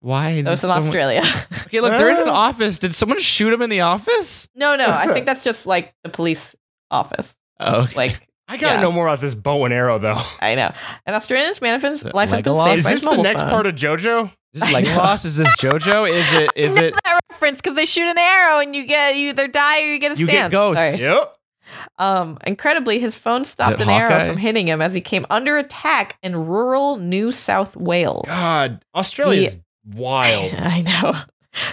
Speaker 2: Why? did
Speaker 1: That was in
Speaker 2: someone-
Speaker 1: Australia.
Speaker 2: Okay, look, they're in an office. Did someone shoot him in the office?
Speaker 1: no, no, I think that's just like the police office.
Speaker 2: Oh, okay.
Speaker 1: Like
Speaker 3: I gotta
Speaker 1: Yeah.
Speaker 3: know more about this bow and arrow, though.
Speaker 1: I know, an Australian's man of
Speaker 2: it
Speaker 1: life has been
Speaker 2: Legolas?
Speaker 1: saved
Speaker 3: Is this
Speaker 1: by his
Speaker 3: the
Speaker 1: mobile
Speaker 3: next
Speaker 1: phone.
Speaker 3: part of JoJo?
Speaker 2: is this Legolas? Is this JoJo? Is it is it
Speaker 1: that reference? Because they shoot an arrow and you get you either die or you get a
Speaker 2: You get
Speaker 1: stand.
Speaker 2: ghosts.
Speaker 1: Sorry.
Speaker 3: Yep.
Speaker 1: Um, incredibly, his phone stopped
Speaker 2: it
Speaker 1: an arrow
Speaker 2: Hawkeye?
Speaker 1: from hitting him as he came under attack in rural New South Wales.
Speaker 3: God, Australia's wild.
Speaker 1: I know.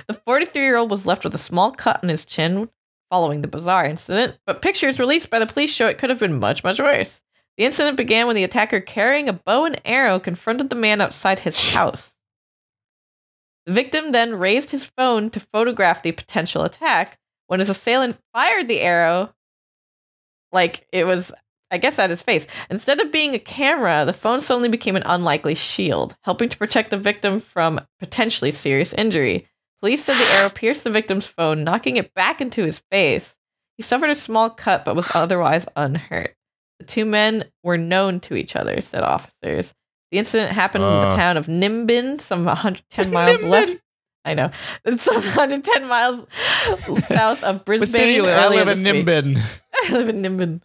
Speaker 1: The 43 year old was left with a small cut on his chin following the bizarre incident, but pictures released by the police show it could have been much, much worse. The incident began when the attacker, carrying a bow and arrow, confronted the man outside his house. The victim then raised his phone to photograph the potential attack when his assailant fired the arrow like it was I guess at his face. Instead of being a camera, the phone suddenly became an unlikely shield, helping to protect the victim from potentially serious injury. Police said the arrow pierced the victim's phone, knocking it back into his face. He suffered a small cut but was otherwise unhurt. The two men were known to each other, said officers. The incident happened in
Speaker 3: Uh.
Speaker 1: the town of Nimbin, some 110 miles left. I know. It's some 110 miles south of Brisbane.
Speaker 2: Vicinity, I
Speaker 1: earlier
Speaker 2: live in
Speaker 1: this week.
Speaker 2: Nimbin.
Speaker 1: I live in Nimbin.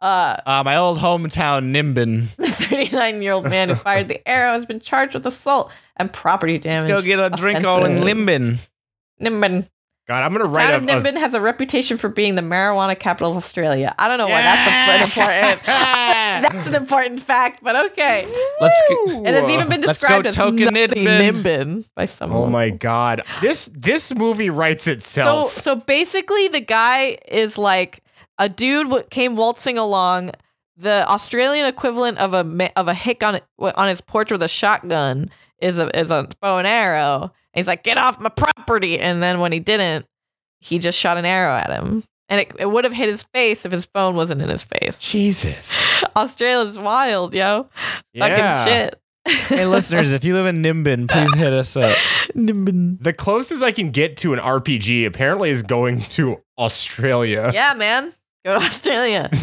Speaker 1: Uh,
Speaker 2: Uh, my old hometown, Nimbin.
Speaker 1: the 39 year old man who fired the arrow has been charged with assault and property damage.
Speaker 2: Let's go get a drink all in
Speaker 1: offenses.
Speaker 2: Nimbin.
Speaker 1: Nimbin.
Speaker 3: God, I'm gonna
Speaker 1: Town of
Speaker 2: uh,
Speaker 3: write a, a
Speaker 1: Nimbin has a reputation for being the marijuana capital of Australia. I don't know why oh, that's an important. that's an important fact, but okay.
Speaker 2: Let's go.
Speaker 1: It has even been
Speaker 2: Let's
Speaker 1: described
Speaker 2: go
Speaker 1: as
Speaker 2: token
Speaker 1: nutty
Speaker 2: Nimbin.
Speaker 1: Nimbin by someone.
Speaker 3: Oh my god. This this movie writes
Speaker 1: So
Speaker 3: itself.
Speaker 1: so basically, the guy is like a dude w- came waltzing along. The Australian equivalent of a ma- of a hick on on his porch with a shotgun is a is a bow and arrow. And he's like, "Get off my property!" And then when he didn't, he just shot an arrow at him, and it, it would have hit his face if his phone wasn't in his face.
Speaker 3: Jesus.
Speaker 1: Australia's wild, yo,
Speaker 3: Yeah.
Speaker 1: fucking shit.
Speaker 2: Hey, listeners, if you live in Nimbin, please hit us up.
Speaker 1: Nimbin.
Speaker 3: The closest I can get to an RPG apparently is going to Australia.
Speaker 1: yeah, man, go to Australia.
Speaker 3: They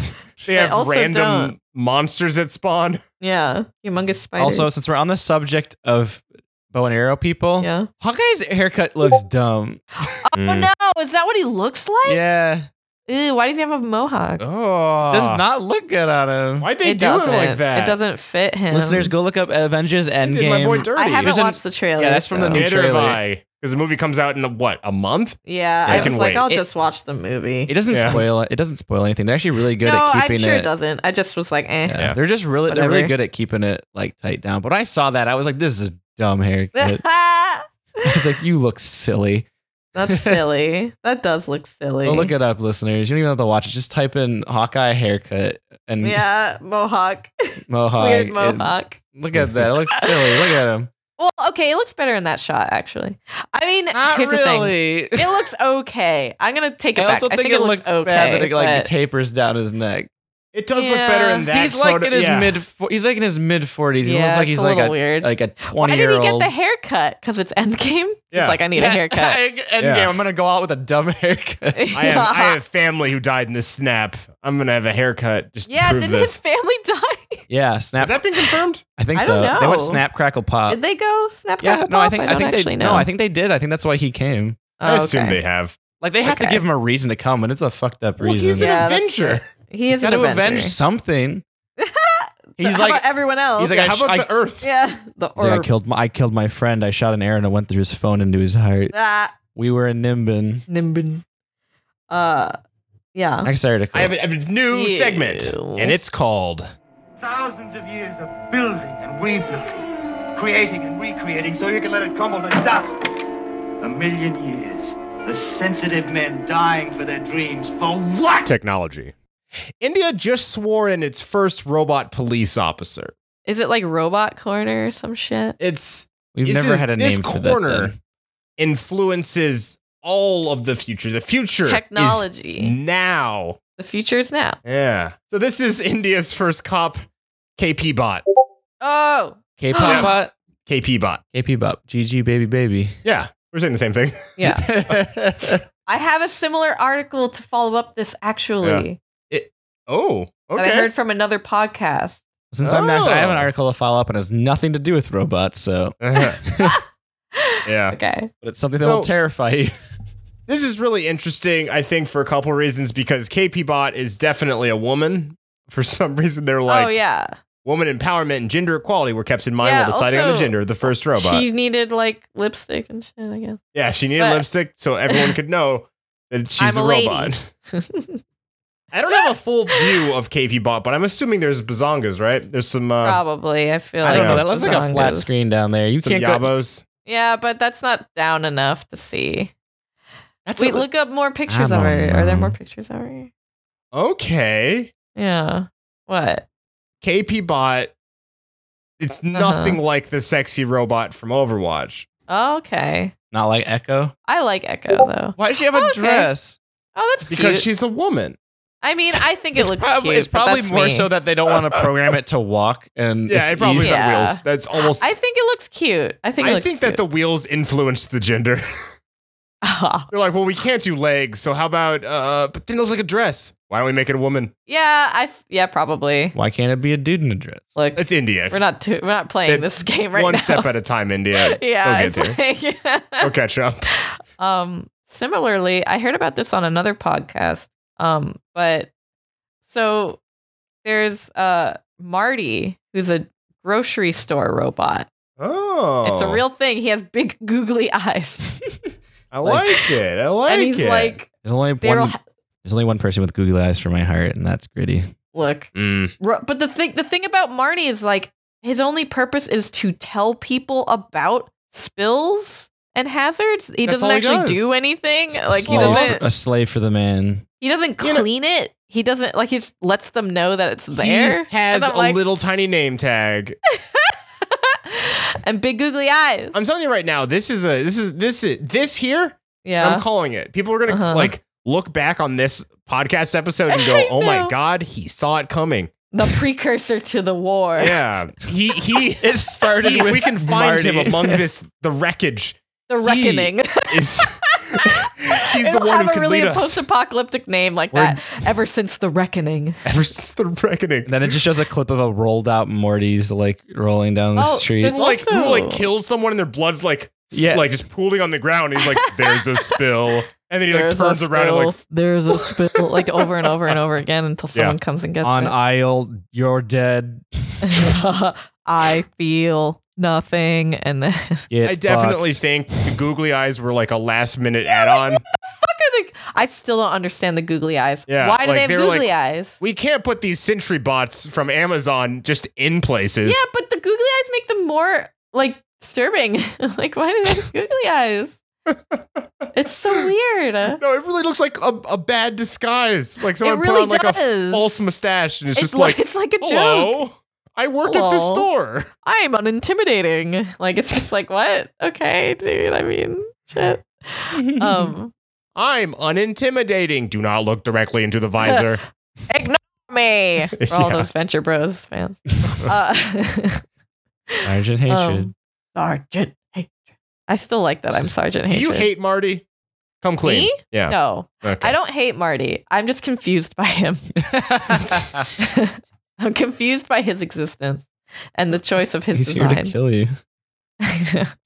Speaker 1: They
Speaker 3: have
Speaker 1: also
Speaker 3: random
Speaker 1: don't.
Speaker 3: monsters that spawn.
Speaker 1: Yeah, humongous spider.
Speaker 2: Also, since we're on the subject of bow and arrow people,
Speaker 1: yeah.
Speaker 2: Hawkeye's haircut looks dumb.
Speaker 1: Oh no, is that what he looks like?
Speaker 2: Mm. Yeah.
Speaker 1: Ew, why does he have a mohawk?
Speaker 3: Oh.
Speaker 2: Does not look good on him.
Speaker 3: Why'd they do it like that?
Speaker 1: It doesn't fit him.
Speaker 2: Listeners, go look up Avengers
Speaker 3: They did my boy
Speaker 2: Endgame.
Speaker 3: dirty.
Speaker 1: I haven't
Speaker 2: There's an-
Speaker 1: watched the trailer.
Speaker 2: yeah, that's from the
Speaker 1: so-
Speaker 2: new-
Speaker 3: Neither have
Speaker 2: trailer.
Speaker 3: I. Because the movie comes out in what a month.
Speaker 1: Yeah,
Speaker 3: Yeah, I
Speaker 1: I was
Speaker 3: can
Speaker 1: like,
Speaker 3: wait.
Speaker 1: I'll
Speaker 2: It-
Speaker 1: just watch the movie.
Speaker 2: It doesn't
Speaker 3: Yeah.
Speaker 2: spoil it. It doesn't spoil anything. They're actually really good
Speaker 1: no,
Speaker 2: at keeping
Speaker 1: I'm sure
Speaker 2: it.
Speaker 1: it doesn't. I just was like, eh.
Speaker 2: Yeah.
Speaker 3: Yeah.
Speaker 2: They're just really they're really
Speaker 1: Whatever.
Speaker 2: good at keeping it like tight down. But when I saw that, I was like, this is a dumb haircut. I was like, you look silly.
Speaker 1: that's silly. That does look silly.
Speaker 2: Go look it up, listeners. You don't even have to watch it. Just type in Hawkeye haircut and
Speaker 1: yeah, mohawk,
Speaker 2: mohawk.
Speaker 1: weird
Speaker 2: and-
Speaker 1: mohawk.
Speaker 2: Look at that. It looks silly. Look at him.
Speaker 1: Well, okay, it looks better in that shot actually. I mean,
Speaker 2: Not
Speaker 1: here's the
Speaker 2: really.
Speaker 1: thing. It looks okay. I'm gonna take it
Speaker 2: I
Speaker 1: back.
Speaker 2: also
Speaker 1: I think, it, looks, okay.
Speaker 2: bad that it like
Speaker 1: but-
Speaker 2: tapers down his neck.
Speaker 3: It does look better in
Speaker 1: Yeah.
Speaker 3: that.
Speaker 2: he's like
Speaker 3: photo-
Speaker 2: in his
Speaker 3: yeah.
Speaker 2: mid. He's like in his mid forties. He looks
Speaker 1: yeah,
Speaker 2: like he's
Speaker 1: it's
Speaker 2: like
Speaker 1: a little
Speaker 2: a
Speaker 1: weird.
Speaker 2: like a
Speaker 1: Why
Speaker 2: twenty
Speaker 1: did
Speaker 2: year
Speaker 1: he
Speaker 2: old.
Speaker 1: get the haircut? Because it's Endgame.
Speaker 3: Yeah.
Speaker 1: He's like, I need a haircut.
Speaker 2: Endgame.
Speaker 3: Yeah.
Speaker 2: I'm gonna go out with a dumb haircut.
Speaker 3: I have, I have family who died in this snap. I'm gonna have a haircut. Just to
Speaker 1: yeah,
Speaker 3: prove
Speaker 1: did his
Speaker 3: this.
Speaker 1: family die?
Speaker 2: yeah, snap.
Speaker 3: Has that been confirmed?
Speaker 2: I think
Speaker 1: I
Speaker 2: so.
Speaker 1: don't
Speaker 2: They went
Speaker 1: know.
Speaker 2: snap crackle pop.
Speaker 1: did they go snap?
Speaker 2: yeah,
Speaker 1: crackle
Speaker 2: no, I
Speaker 1: pop?
Speaker 2: think
Speaker 1: don't
Speaker 2: think
Speaker 1: actually
Speaker 2: they
Speaker 1: know.
Speaker 2: no, I think they did. I think that's why he came.
Speaker 3: I
Speaker 1: Oh,
Speaker 3: assume
Speaker 1: okay.
Speaker 3: they have.
Speaker 2: Like they have to
Speaker 1: Okay.
Speaker 2: give him a reason to come, and it's a fucked up
Speaker 3: Well,
Speaker 2: reason.
Speaker 3: he's an
Speaker 1: Yeah, that's
Speaker 3: adventure.
Speaker 1: He is
Speaker 2: got
Speaker 1: an
Speaker 2: to
Speaker 1: Avenger.
Speaker 2: avenge something. he's
Speaker 1: How
Speaker 2: like
Speaker 1: about everyone else.
Speaker 2: he's like
Speaker 3: Yeah,
Speaker 2: I
Speaker 3: how
Speaker 2: sh-
Speaker 3: about
Speaker 2: I-
Speaker 3: the Earth?
Speaker 1: yeah, the
Speaker 2: He's like, I
Speaker 1: orb.
Speaker 2: killed my I killed my friend. I shot an arrow and it went through his phone into his heart.
Speaker 1: Ah,
Speaker 2: We were in Nimbin.
Speaker 1: Nimbin. Uh, yeah.
Speaker 2: Next article.
Speaker 3: I have, a, I have a new
Speaker 1: Ew.
Speaker 3: segment, and it's called
Speaker 4: Thousands of years of building and rebuilding, creating and recreating so you can let it crumble to dust. A million years. The sensitive men dying for their dreams. For what?
Speaker 3: technology. India just swore in its first robot police officer.
Speaker 1: Is it like Robot Corner or some shit?
Speaker 3: It's
Speaker 2: We've
Speaker 3: this
Speaker 2: never
Speaker 3: is-
Speaker 2: had a
Speaker 3: this
Speaker 2: name for that.
Speaker 3: corner
Speaker 2: thing.
Speaker 3: influences all of the future. The future
Speaker 1: Technology.
Speaker 3: is now.
Speaker 1: The future is now.
Speaker 3: Yeah. So this is India's first cop, KP Bot.
Speaker 1: Oh,
Speaker 2: K-pop bot,
Speaker 3: KP Bot.
Speaker 2: KP bop, GG baby baby.
Speaker 3: Yeah, we're saying the same thing.
Speaker 1: yeah. I have a similar article to follow up this actually
Speaker 3: oh, okay.
Speaker 1: that I heard from another podcast.
Speaker 2: Since I'm actually, I have an
Speaker 3: Oh.
Speaker 2: article to follow up and it has nothing to do with robots, so
Speaker 3: Uh-huh. yeah.
Speaker 1: Okay.
Speaker 2: but it's something that will
Speaker 3: So-
Speaker 2: terrify you.
Speaker 3: This is really interesting, I think, for a couple reasons because KP Bot is definitely a woman. For some reason, they're like
Speaker 1: oh yeah.
Speaker 3: woman empowerment and gender equality were kept in mind
Speaker 1: Yeah,
Speaker 3: while deciding on the
Speaker 1: also,
Speaker 3: gender of the first robot.
Speaker 1: She needed like lipstick and shit, I guess.
Speaker 3: yeah, she needed
Speaker 1: but-
Speaker 3: lipstick so everyone could know that she's
Speaker 1: I'm a
Speaker 3: a,
Speaker 1: lady.
Speaker 3: robot. I don't have a full view of KP Bot, but I'm assuming there's bazongas, right? There's some uh,
Speaker 1: Probably, I feel
Speaker 2: I
Speaker 1: like
Speaker 2: don't know.
Speaker 1: it's
Speaker 2: That looks like a flat
Speaker 1: bazongas.
Speaker 2: screen down there. You
Speaker 3: some
Speaker 2: can't go.
Speaker 3: yabos.
Speaker 1: Yeah, but that's not down enough to see.
Speaker 3: That's
Speaker 1: Wait,
Speaker 3: a-
Speaker 1: look up more pictures
Speaker 2: I
Speaker 1: of her.
Speaker 2: don't
Speaker 1: Are there
Speaker 2: know.
Speaker 1: more pictures of her?
Speaker 3: okay.
Speaker 1: Yeah. What?
Speaker 3: KP Bot.
Speaker 1: Uh-huh.
Speaker 3: It's nothing like the sexy robot from Overwatch.
Speaker 1: Oh, okay.
Speaker 2: Not like Echo.
Speaker 1: I like Echo though.
Speaker 2: Why does she have a
Speaker 1: Okay.
Speaker 2: dress?
Speaker 1: Oh, that's
Speaker 3: because
Speaker 1: cute.
Speaker 3: she's a woman.
Speaker 1: I mean, I think it looks
Speaker 2: Probably,
Speaker 1: cute.
Speaker 2: it's
Speaker 1: but
Speaker 2: probably
Speaker 1: that's
Speaker 2: more
Speaker 1: me.
Speaker 2: so that they don't want to program it to walk and
Speaker 3: Yeah,
Speaker 2: it's
Speaker 3: it probably
Speaker 2: easy.
Speaker 3: is on
Speaker 1: Yeah.
Speaker 3: wheels. That's almost.
Speaker 1: I think it looks cute. I think. It
Speaker 3: I
Speaker 1: looks
Speaker 3: think that the wheels influenced the gender.
Speaker 1: the.
Speaker 3: They're like, well, we can't do legs, so how about? uh But then it looks like a dress. Why don't we make it a woman?
Speaker 1: yeah, I. f- Yeah, probably.
Speaker 2: Why can't it be a dude in a dress?
Speaker 1: Look,
Speaker 3: It's India.
Speaker 1: we're not. Too, we're not playing
Speaker 3: It-
Speaker 1: this game right
Speaker 3: One
Speaker 1: now.
Speaker 3: step at a time, India.
Speaker 1: yeah.
Speaker 3: They'll
Speaker 1: it's
Speaker 3: get there.
Speaker 1: like-
Speaker 3: We'll catch up.
Speaker 1: Um, similarly, I heard about this on another podcast. Um, but so there's uh Marty, who's a grocery store robot.
Speaker 3: Oh,
Speaker 1: It's a real thing. He has big googly eyes,
Speaker 3: I like, it. I like
Speaker 1: and he's
Speaker 3: it.
Speaker 1: like,
Speaker 2: There's only
Speaker 1: "They're
Speaker 2: one. There's only one person with googly eyes for my heart, and that's Gritty.
Speaker 1: look."
Speaker 3: Mm.
Speaker 1: Ro- But the thing, the thing about Marty is like his only purpose is to tell people about spills and hazards. He
Speaker 3: That's
Speaker 1: doesn't
Speaker 3: all he
Speaker 1: actually
Speaker 3: does.
Speaker 1: do anything.
Speaker 2: S-
Speaker 1: Like he
Speaker 2: slave
Speaker 1: doesn't.
Speaker 2: for- a slave for the man.
Speaker 1: He doesn't
Speaker 3: You know-
Speaker 1: clean it. He doesn't like he just lets them know that it's there.
Speaker 3: He has
Speaker 1: and I'm
Speaker 3: a
Speaker 1: like-
Speaker 3: little tiny name tag.
Speaker 1: and big googly eyes.
Speaker 3: I'm telling you right now, this is a this is this is this here.
Speaker 1: yeah.
Speaker 3: I'm calling it. People are gonna
Speaker 1: Uh-huh.
Speaker 3: like look back on this podcast episode and go,
Speaker 1: I
Speaker 3: "Oh my
Speaker 1: know.
Speaker 3: god, he saw it coming."
Speaker 1: the precursor to the war.
Speaker 3: Yeah, he he.
Speaker 2: It started.
Speaker 3: he- if we can find him
Speaker 2: Marty.
Speaker 3: among this, the wreckage
Speaker 1: The reckoning.
Speaker 3: is. he's
Speaker 1: It'll
Speaker 3: the one
Speaker 1: have
Speaker 3: who
Speaker 1: a
Speaker 3: can
Speaker 1: really
Speaker 3: lead us
Speaker 1: post-apocalyptic name like
Speaker 2: We're-
Speaker 1: that. Ever since the reckoning.
Speaker 3: ever since the reckoning.
Speaker 2: And then it just shows a clip of a rolled out Morty's like rolling down the
Speaker 1: Oh,
Speaker 2: street.
Speaker 1: there's-
Speaker 3: It's like who
Speaker 1: Also-
Speaker 3: like kills someone and their blood's like s-
Speaker 2: Yeah.
Speaker 3: like just pooling on the ground. And he's like, "There's a spill," and then he like
Speaker 1: There's a
Speaker 3: turns around and like
Speaker 1: spill. there's a spill like over and over and over again until
Speaker 3: Yeah.
Speaker 1: someone comes and gets
Speaker 2: On
Speaker 1: it.
Speaker 2: aisle, you're dead.
Speaker 1: I feel nothing and then
Speaker 2: Get
Speaker 3: I definitely
Speaker 2: fucked.
Speaker 3: think the googly eyes were like a last minute add on.
Speaker 1: fucker the I still don't understand the googly eyes.
Speaker 3: Yeah,
Speaker 1: Why do
Speaker 3: like,
Speaker 1: they have
Speaker 3: they were
Speaker 1: googly
Speaker 3: like-
Speaker 1: eyes?
Speaker 3: We can't put these sentry bots from Amazon just in places.
Speaker 1: Yeah, but the googly eyes make them more like disturbing. like, why do they have googly eyes? it's so weird.
Speaker 3: No, it really looks like a, a bad disguise. Like someone put
Speaker 1: really
Speaker 3: on like a
Speaker 1: does.
Speaker 3: false mustache and it's,
Speaker 1: It's
Speaker 3: just
Speaker 1: like,
Speaker 3: like,
Speaker 1: it's like a joke.
Speaker 3: hello. I work at this
Speaker 1: Hello.
Speaker 3: store.
Speaker 1: I'm unintimidating. Like it's just like what? Okay, dude. I mean, shit. Um,
Speaker 3: I'm unintimidating. Do not look directly into the visor.
Speaker 1: ignore me for all
Speaker 3: Yeah.
Speaker 1: those Venture Bros fans. Uh,
Speaker 2: Sergeant Hatred.
Speaker 1: um, Sergeant Hatred. I still like that. I'm Sergeant
Speaker 3: Do
Speaker 1: Hatred.
Speaker 3: you hate Marty? Come clean.
Speaker 1: Me?
Speaker 3: Yeah.
Speaker 1: No,
Speaker 3: Okay.
Speaker 1: I don't hate Marty. I'm just confused by him. I'm confused by his existence and the choice of his
Speaker 2: He's here to
Speaker 1: design.
Speaker 2: kill you.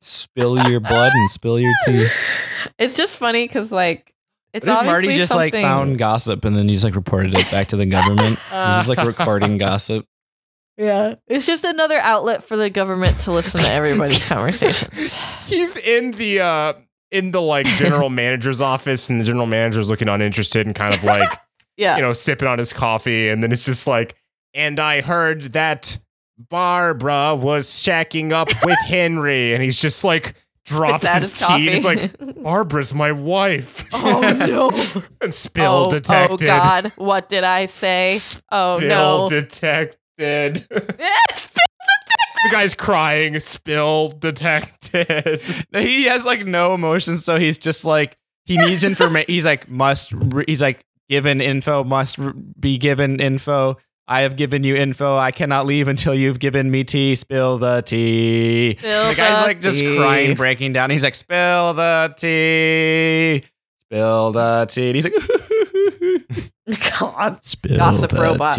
Speaker 2: Spill your blood and spill your tea.
Speaker 1: it's just funny because like it's
Speaker 2: What if
Speaker 1: obviously
Speaker 2: Marty just
Speaker 1: something.
Speaker 2: like found gossip and then he's like reported it back to the government? He's just like recording gossip.
Speaker 1: yeah, it's just another outlet for the government to listen to everybody's conversations.
Speaker 3: He's in the uh in the like general manager's office and the general manager's looking uninterested and kind of like,
Speaker 1: Yeah,
Speaker 3: you know, sipping on his coffee and then it's just like and I heard that Barbara was shacking up with Henry and he's just like drops
Speaker 1: Spits out
Speaker 3: his,
Speaker 1: his
Speaker 3: tea and he's
Speaker 1: coffee.
Speaker 3: like Barbara's my wife.
Speaker 1: oh no,
Speaker 3: and spill
Speaker 1: oh,
Speaker 3: detected.
Speaker 1: oh god, what did I say? Oh
Speaker 3: Spill
Speaker 1: no,
Speaker 3: detected. the
Speaker 1: Yes!
Speaker 3: guy's crying. Spill detected.
Speaker 2: He has like no emotions, so he's just like he needs information. he's like must. Re- he's like given info must re- be given info. I have given you info. I cannot leave until you've given me tea. Spill the tea.
Speaker 1: Spill
Speaker 2: the guy's
Speaker 1: the
Speaker 2: like just
Speaker 1: tea.
Speaker 2: crying, breaking down. He's like, spill the tea. Spill the tea. And he's like,
Speaker 1: God.
Speaker 2: spill
Speaker 1: Gossip robot,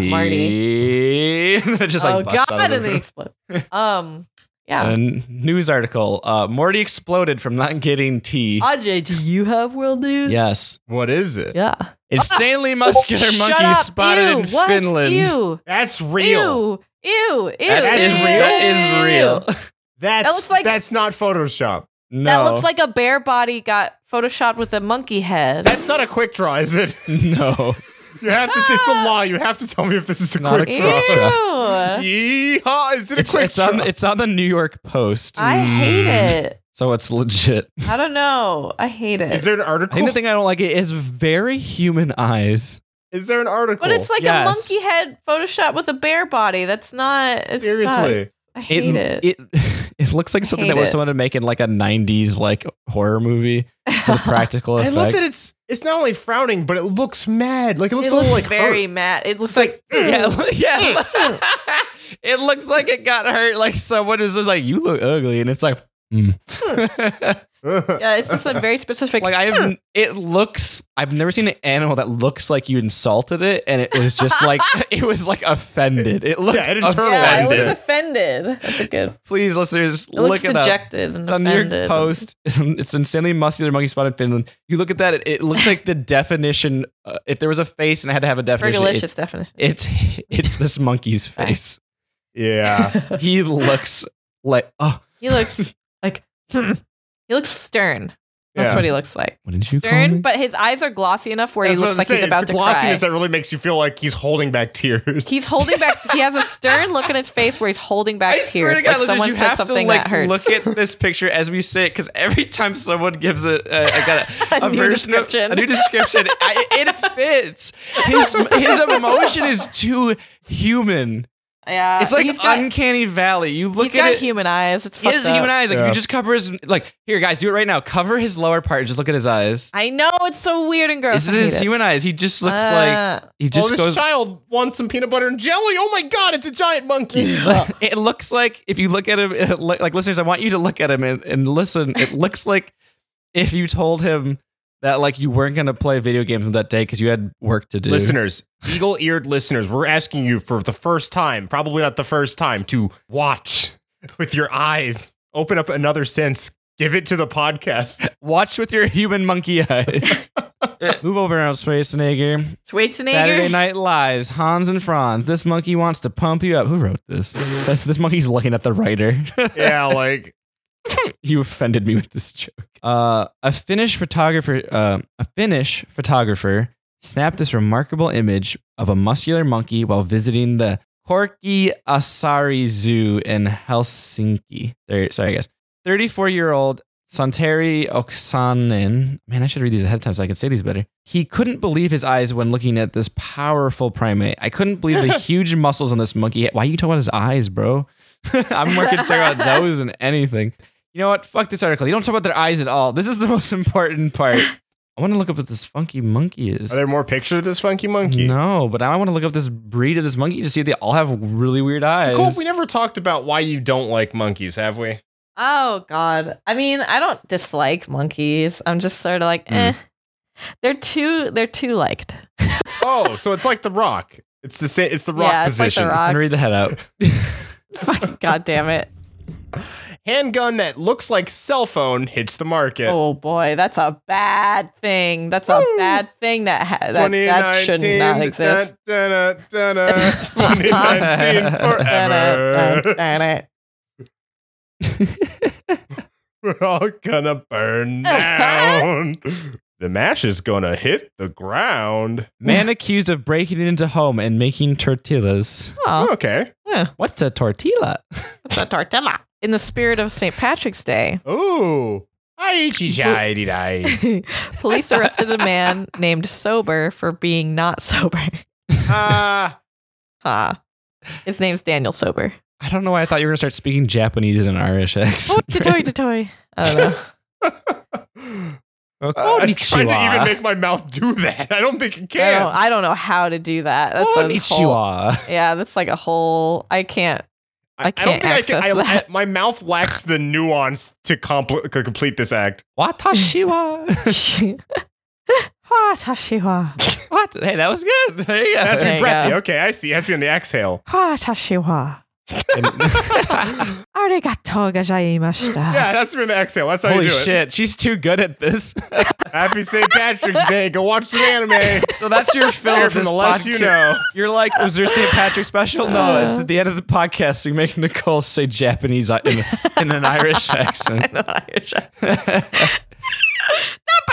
Speaker 1: Marty.
Speaker 2: And then it just like
Speaker 1: oh
Speaker 2: busts out
Speaker 1: god,
Speaker 2: of
Speaker 1: and
Speaker 2: the
Speaker 1: they
Speaker 2: room.
Speaker 1: explode. Um, yeah.
Speaker 2: A news article. Uh, Morty exploded from not getting tea.
Speaker 1: Ajay, do you have world news?
Speaker 2: yes.
Speaker 3: What is it?
Speaker 1: Yeah.
Speaker 2: Insanely muscular
Speaker 1: Shut
Speaker 2: monkey
Speaker 1: up.
Speaker 2: spotted
Speaker 1: Ew,
Speaker 2: in
Speaker 1: what?
Speaker 2: Finland.
Speaker 1: Ew.
Speaker 3: That's real.
Speaker 1: Ew. Ew. Ew.
Speaker 3: That is
Speaker 1: ew.
Speaker 3: real.
Speaker 2: That is real.
Speaker 3: That's
Speaker 1: That looks like-
Speaker 3: that's not Photoshop.
Speaker 2: No.
Speaker 1: That looks like a bear body got photoshopped with a monkey head.
Speaker 3: That's not a quick draw, is it?
Speaker 2: no.
Speaker 3: You have to. It's the
Speaker 1: Ah.
Speaker 3: law. You have to tell me if this is a
Speaker 2: Not a
Speaker 3: quick
Speaker 1: Ew.
Speaker 3: draw.
Speaker 1: I
Speaker 3: Yeehaw! Is it a
Speaker 2: It's,
Speaker 3: quick
Speaker 2: it's
Speaker 3: draw?
Speaker 2: on it's on the New York Post.
Speaker 1: Ah. hate it.
Speaker 2: So it's legit.
Speaker 1: I don't know. I hate it.
Speaker 3: is there an
Speaker 2: I
Speaker 3: article?
Speaker 2: think the thing I don't like it is very human eyes.
Speaker 3: is there an article?
Speaker 1: but it's like
Speaker 2: Yes.
Speaker 1: a monkey head photoshopped with a bear body. That's not. It's
Speaker 3: seriously.
Speaker 1: I hate it.
Speaker 2: It, it It looks like something
Speaker 1: Hate
Speaker 2: that
Speaker 1: it.
Speaker 2: was someone to make in like a '90s like horror movie with practical
Speaker 3: I
Speaker 2: effects.
Speaker 3: love that it's it's not only frowning, but it looks mad. Like it looks
Speaker 1: it
Speaker 3: a
Speaker 1: looks
Speaker 3: little like
Speaker 1: very
Speaker 3: hurt.
Speaker 1: matte. It looks like,
Speaker 2: yeah, yeah. it looks like it got hurt. Like someone is just like, "You look ugly," and it's like, hmm.
Speaker 1: yeah, it's just a very specific.
Speaker 2: like I have. It looks. I've never seen an animal that looks like you insulted it, and it was just like it was like offended. It looks
Speaker 3: it
Speaker 1: yeah, it
Speaker 3: offended.
Speaker 1: looks
Speaker 2: offended.
Speaker 1: offended. That's a good.
Speaker 2: Please, listeners,
Speaker 1: It looks
Speaker 2: look it up.
Speaker 1: dejected and
Speaker 2: on
Speaker 1: offended.
Speaker 2: your post, it's insanely muscular monkey spotted Finland. You look at that; it, it looks like the definition. Uh, if there was a face and I had to have a definition,
Speaker 1: Fergalicious definition.
Speaker 2: It's it's it's this monkey's face.
Speaker 3: Yeah.
Speaker 2: he looks like oh,
Speaker 1: He looks like he looks stern. That's
Speaker 3: Yeah.
Speaker 1: what he looks like.
Speaker 2: what did you call me?
Speaker 1: Stern, but his eyes are glossy enough where
Speaker 3: That's
Speaker 1: he
Speaker 3: what I
Speaker 1: looks
Speaker 3: was
Speaker 1: like
Speaker 3: saying,
Speaker 1: he's
Speaker 3: it's
Speaker 1: about
Speaker 3: the
Speaker 1: to cry.
Speaker 3: glossiness that really makes you feel like he's holding back tears.
Speaker 1: He's holding back. He has a stern look in his face where he's holding back
Speaker 2: I
Speaker 1: tears.
Speaker 2: swear to God,
Speaker 1: like
Speaker 2: listeners,
Speaker 1: someone
Speaker 2: you
Speaker 1: said
Speaker 2: have to
Speaker 1: something
Speaker 2: like
Speaker 1: that hurts.
Speaker 2: look at this picture as we say it, because every time someone gives a, a, I got a,
Speaker 1: A
Speaker 2: a
Speaker 1: new
Speaker 2: version of
Speaker 1: description.
Speaker 2: a new description, I, it fits. His his emotion is too human.
Speaker 1: yeah,
Speaker 2: It's like
Speaker 1: Uh, he's got,
Speaker 2: uncanny valley. You look
Speaker 1: he's
Speaker 2: at
Speaker 1: got
Speaker 2: it.
Speaker 1: human eyes. It's
Speaker 2: He
Speaker 1: fucked
Speaker 2: has human
Speaker 1: up.
Speaker 2: eyes. Like if
Speaker 3: Yeah.
Speaker 2: you just cover his like here, guys, do it right now. Cover his lower part and just look at his eyes.
Speaker 1: I know it's so weird and gross.
Speaker 2: This
Speaker 1: I hate
Speaker 2: is his
Speaker 1: it.
Speaker 2: human eyes. He just looks like
Speaker 1: Uh,
Speaker 2: he
Speaker 3: oh,
Speaker 2: just
Speaker 3: this
Speaker 2: goes.
Speaker 3: child wants some peanut butter and jelly. Oh my god, it's a giant monkey.
Speaker 2: it looks like if you look at him, it look- like listeners, I want you to look at him and, and listen. It looks like if you told him that like you weren't gonna play video games that day because you had work to do.
Speaker 3: Listeners, eagle eared listeners, we're asking you for the first time, probably not the first time, to watch with your eyes. Open up another sense. Give it to the podcast.
Speaker 2: watch with your human monkey eyes. Move over out, Schwarzenegger. Saturday
Speaker 1: Schwarzenegger.
Speaker 2: Night Lives, Hans and Franz. This monkey wants to pump you up. Who wrote this? this, this monkey's looking at the writer.
Speaker 3: Yeah, like
Speaker 2: you offended me with this joke. Uh, a Finnish photographer, uh, a Finnish photographer, snapped this remarkable image of a muscular monkey while visiting the Korki Asari Zoo in Helsinki. There, sorry, guys. Thirty-four-year-old Santeri Oksanen. Man, I should read these ahead of time so I could say these better. He couldn't believe his eyes when looking at this powerful primate. I couldn't believe the huge muscles on this monkey. Why are you talking about his eyes, bro? I'm more concerned about those than anything. You know what? Fuck this article. You don't talk about their eyes at all. This is the most important part. I want to look up what this funky monkey is.
Speaker 3: are there more pictures of this funky monkey?
Speaker 2: No, but I want to look up this breed of this monkey to see if they all have really weird eyes.
Speaker 3: Cool. We never talked about why you don't like monkeys, have we?
Speaker 1: Oh God. I mean, I don't dislike monkeys. I'm just sort of like, eh. They're too. They're too liked.
Speaker 3: Oh, so it's like the rock. It's the same. It's the rock
Speaker 1: yeah, it's
Speaker 3: position.
Speaker 1: like the
Speaker 2: I'm
Speaker 1: rock.
Speaker 2: gonna read the head out.
Speaker 1: Fucking God damn it.
Speaker 3: Handgun that looks like cell phone hits the market.
Speaker 1: Oh boy, that's a bad thing. That's a bad thing that ha- that, that should
Speaker 3: 2019,
Speaker 1: not exist.
Speaker 3: dun, dun, dun, dun, 2019 forever.
Speaker 1: Dun-dun-dun-dun-dun.
Speaker 3: We're all gonna burn down. the match is gonna hit the ground.
Speaker 2: Man accused of breaking into home and making tortillas.
Speaker 1: Oh,
Speaker 3: Okay.
Speaker 2: What's a tortilla?
Speaker 1: it's a tortilla. In the spirit of St. Patrick's Day,
Speaker 3: Ooh. Hi-chi-chi-di-di.
Speaker 1: police arrested a man named Sober for being not sober. Uh,
Speaker 3: Ah,
Speaker 1: Ah, his name's Daniel Sober.
Speaker 2: I don't know why I thought you were gonna start speaking Japanese in an Irish
Speaker 1: Oh,
Speaker 2: accent.
Speaker 1: detoy, detoy. I don't know.
Speaker 3: I'm Oh, trying to even
Speaker 2: Oh, Konnichiwa.
Speaker 3: make my mouth do that. I don't think it
Speaker 1: I don't,
Speaker 3: can.
Speaker 1: I don't know how to do that. That's a whole,
Speaker 2: Konnichiwa.
Speaker 1: Yeah, that's like a whole. I can't. I can't access that.
Speaker 3: my mouth lacks the nuance to compl- to complete this act.
Speaker 2: Watashiwa.
Speaker 1: Ah, Tashiwa.
Speaker 2: what? Hey, that was good. There you go.
Speaker 3: That's
Speaker 1: There
Speaker 3: been
Speaker 1: you
Speaker 3: breathy.
Speaker 1: go.
Speaker 3: Okay, I see. It has to be on the exhale.
Speaker 1: Ah, Tashiwa.
Speaker 2: And-
Speaker 1: Arigatou gozaimashita.
Speaker 3: Yeah, it has to be on the exhale. That's how
Speaker 2: Holy
Speaker 3: you do it.
Speaker 2: shit, she's too good at this.
Speaker 3: Happy St. Patrick's Day. Go watch some anime.
Speaker 2: so that's your fill
Speaker 3: Here
Speaker 2: of
Speaker 3: from
Speaker 2: this
Speaker 3: the less you
Speaker 2: podcast.
Speaker 3: know. Uh.
Speaker 2: You're like, was there St. Patrick special? No, it's at the end of the podcast. We make Nicole say Japanese in, in an Irish accent.
Speaker 1: Top of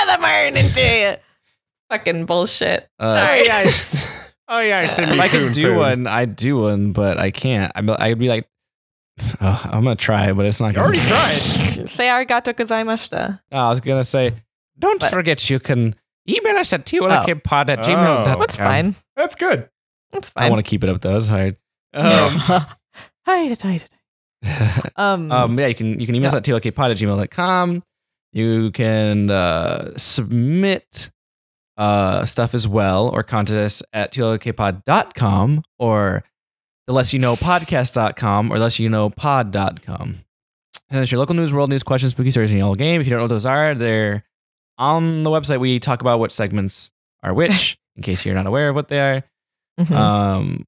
Speaker 1: the morning to you. Fucking bullshit.
Speaker 2: Uh,
Speaker 3: Oh yes. Oh yeah,
Speaker 2: if I could do one, I'd do one, but I can't. I'm, I'd be like, oh, I'm gonna try, but it's not
Speaker 3: You
Speaker 2: gonna.
Speaker 3: already tried.
Speaker 1: Say arigato gozaimashita.
Speaker 2: No, I was gonna say, don't
Speaker 1: But-
Speaker 2: forget you can email us at tolkpod at
Speaker 3: Oh.
Speaker 2: gmail.com.
Speaker 1: That's fine.
Speaker 3: That's good.
Speaker 1: That's
Speaker 2: I
Speaker 1: fine.
Speaker 2: want to keep it up though. It's hard. Um,
Speaker 1: Hi, hi, hi. Um,
Speaker 2: Um, yeah, you can you can email us at tlkpod at gmail.com. You can uh, submit uh, stuff as well or contact us at tlkpod.com or the less you know podcast.com or less you know pod.com. Send us your local news, world news, questions, spooky stories, and your whole game. If you don't know what those are, they're on the website. We talk about what segments are which, in case you're not aware of what they are.
Speaker 3: Hmm.
Speaker 1: mhm.
Speaker 2: Um,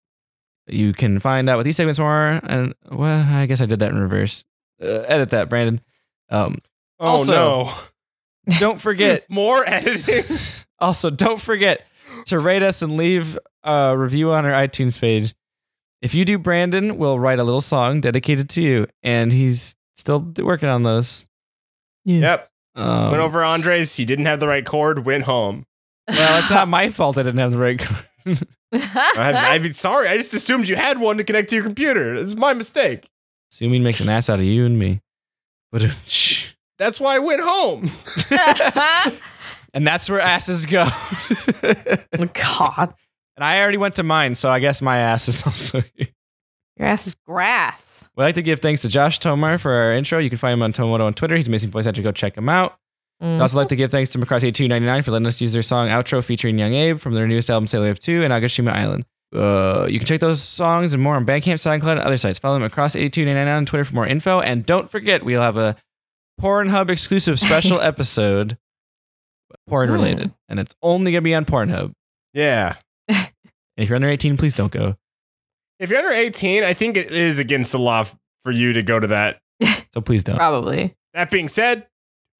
Speaker 2: you can find out what these segments are, and well, I guess I did that in reverse. Uh, edit that, Brandon. Um,
Speaker 3: Oh
Speaker 2: Also-
Speaker 3: no.
Speaker 2: don't forget.
Speaker 3: More editing.
Speaker 2: also, don't forget to rate us and leave a review on our iTunes page. If you do, Brandon will write a little song dedicated to you, and he's still working on those.
Speaker 3: yep.
Speaker 2: Um,
Speaker 3: Went over Andres. He didn't have the right chord. Went home.
Speaker 2: Well, it's not my fault I didn't have the right. card.
Speaker 3: I'm, I'm sorry. I just assumed you had one to connect to your computer. It's my mistake.
Speaker 2: Assuming makes an ass out of you and me. But
Speaker 3: That's why I went home.
Speaker 2: and that's where asses go.
Speaker 1: God,
Speaker 2: And I already went to mine, so I guess my ass is also here.
Speaker 1: your ass is grass.
Speaker 2: We'd like to give thanks to Josh Tomar for our intro. You can find him on Tomoto on Twitter. He's an amazing voice actor. Go check him out. We'd also like to give thanks to McCrossy299 for letting us use their song Outro featuring Young Abe from their newest album, Sailor Wave 2 and Agashima Island. Uh, you can check those songs and more on Bandcamp, SoundCloud, and other sites. Follow them across 8299 on Twitter for more info. And don't forget, we'll have a Pornhub exclusive special episode, porn related. And it's only going to be on Pornhub.
Speaker 3: Yeah.
Speaker 2: And if you're under 18, please don't go.
Speaker 3: If you're under 18, I think it is against the law f- for you to go to that.
Speaker 2: So please don't.
Speaker 1: Probably
Speaker 3: That being said,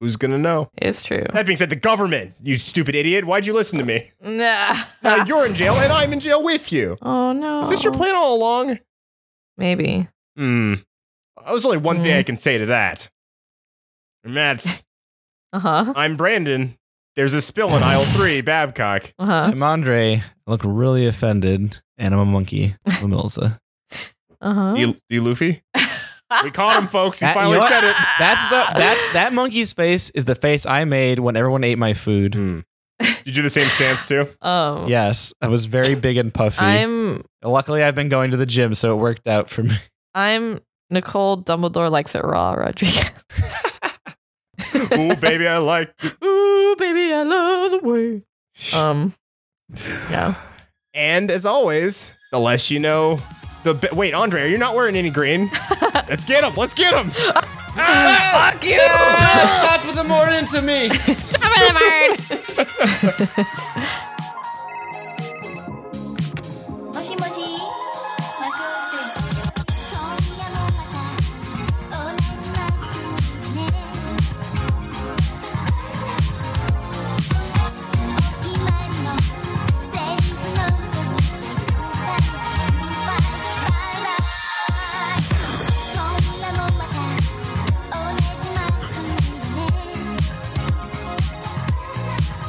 Speaker 3: who's going to know?
Speaker 1: it's true.
Speaker 3: That being said, the government, you stupid idiot. Why'd you listen to me?
Speaker 1: Nah.
Speaker 3: Now you're in jail and I'm in jail with you.
Speaker 1: oh no.
Speaker 3: Is this your plan all along?
Speaker 1: Maybe.
Speaker 3: Hmm. There's only one thing
Speaker 1: Hmm.
Speaker 2: Mm.
Speaker 3: I can say to that. And that's
Speaker 1: Uh huh.
Speaker 3: I'm Brandon. There's a spill in aisle three, Babcock.
Speaker 1: Uh huh.
Speaker 2: I'm Andre. I look really offended, and I'm a monkey. I'm Ilsa.
Speaker 1: Uh huh.
Speaker 3: You, you Luffy? We caught him, folks. He
Speaker 2: That- you
Speaker 3: finally
Speaker 2: know what?
Speaker 3: said it.
Speaker 2: That's the that that monkey's face is the face I made when everyone ate my
Speaker 1: Mm.
Speaker 2: food.
Speaker 3: Hmm. You do the same stance too?
Speaker 1: Um.
Speaker 2: Yes, I was very big and puffy.
Speaker 1: I'm
Speaker 2: Luckily, I've been going to the gym, so it worked out for me.
Speaker 1: I'm Nicole Dumbledore likes it raw, Rodriguez.
Speaker 3: Ooh, baby, I like.
Speaker 1: Ooh, baby, I love the way. Um. Yeah.
Speaker 3: And as always, the less you know, the be- wait, Andre, are you not wearing any green? Let's get him. Let's get him.
Speaker 1: Fuck you.
Speaker 2: Talk with the more into me.
Speaker 5: 「もしもしマクオです」「今夜もまた同じマックね」「お決まりのセリフ残してグッバイグッバイバイバイ」「今夜もまた同じマックね」「お決まりのセリフ残して」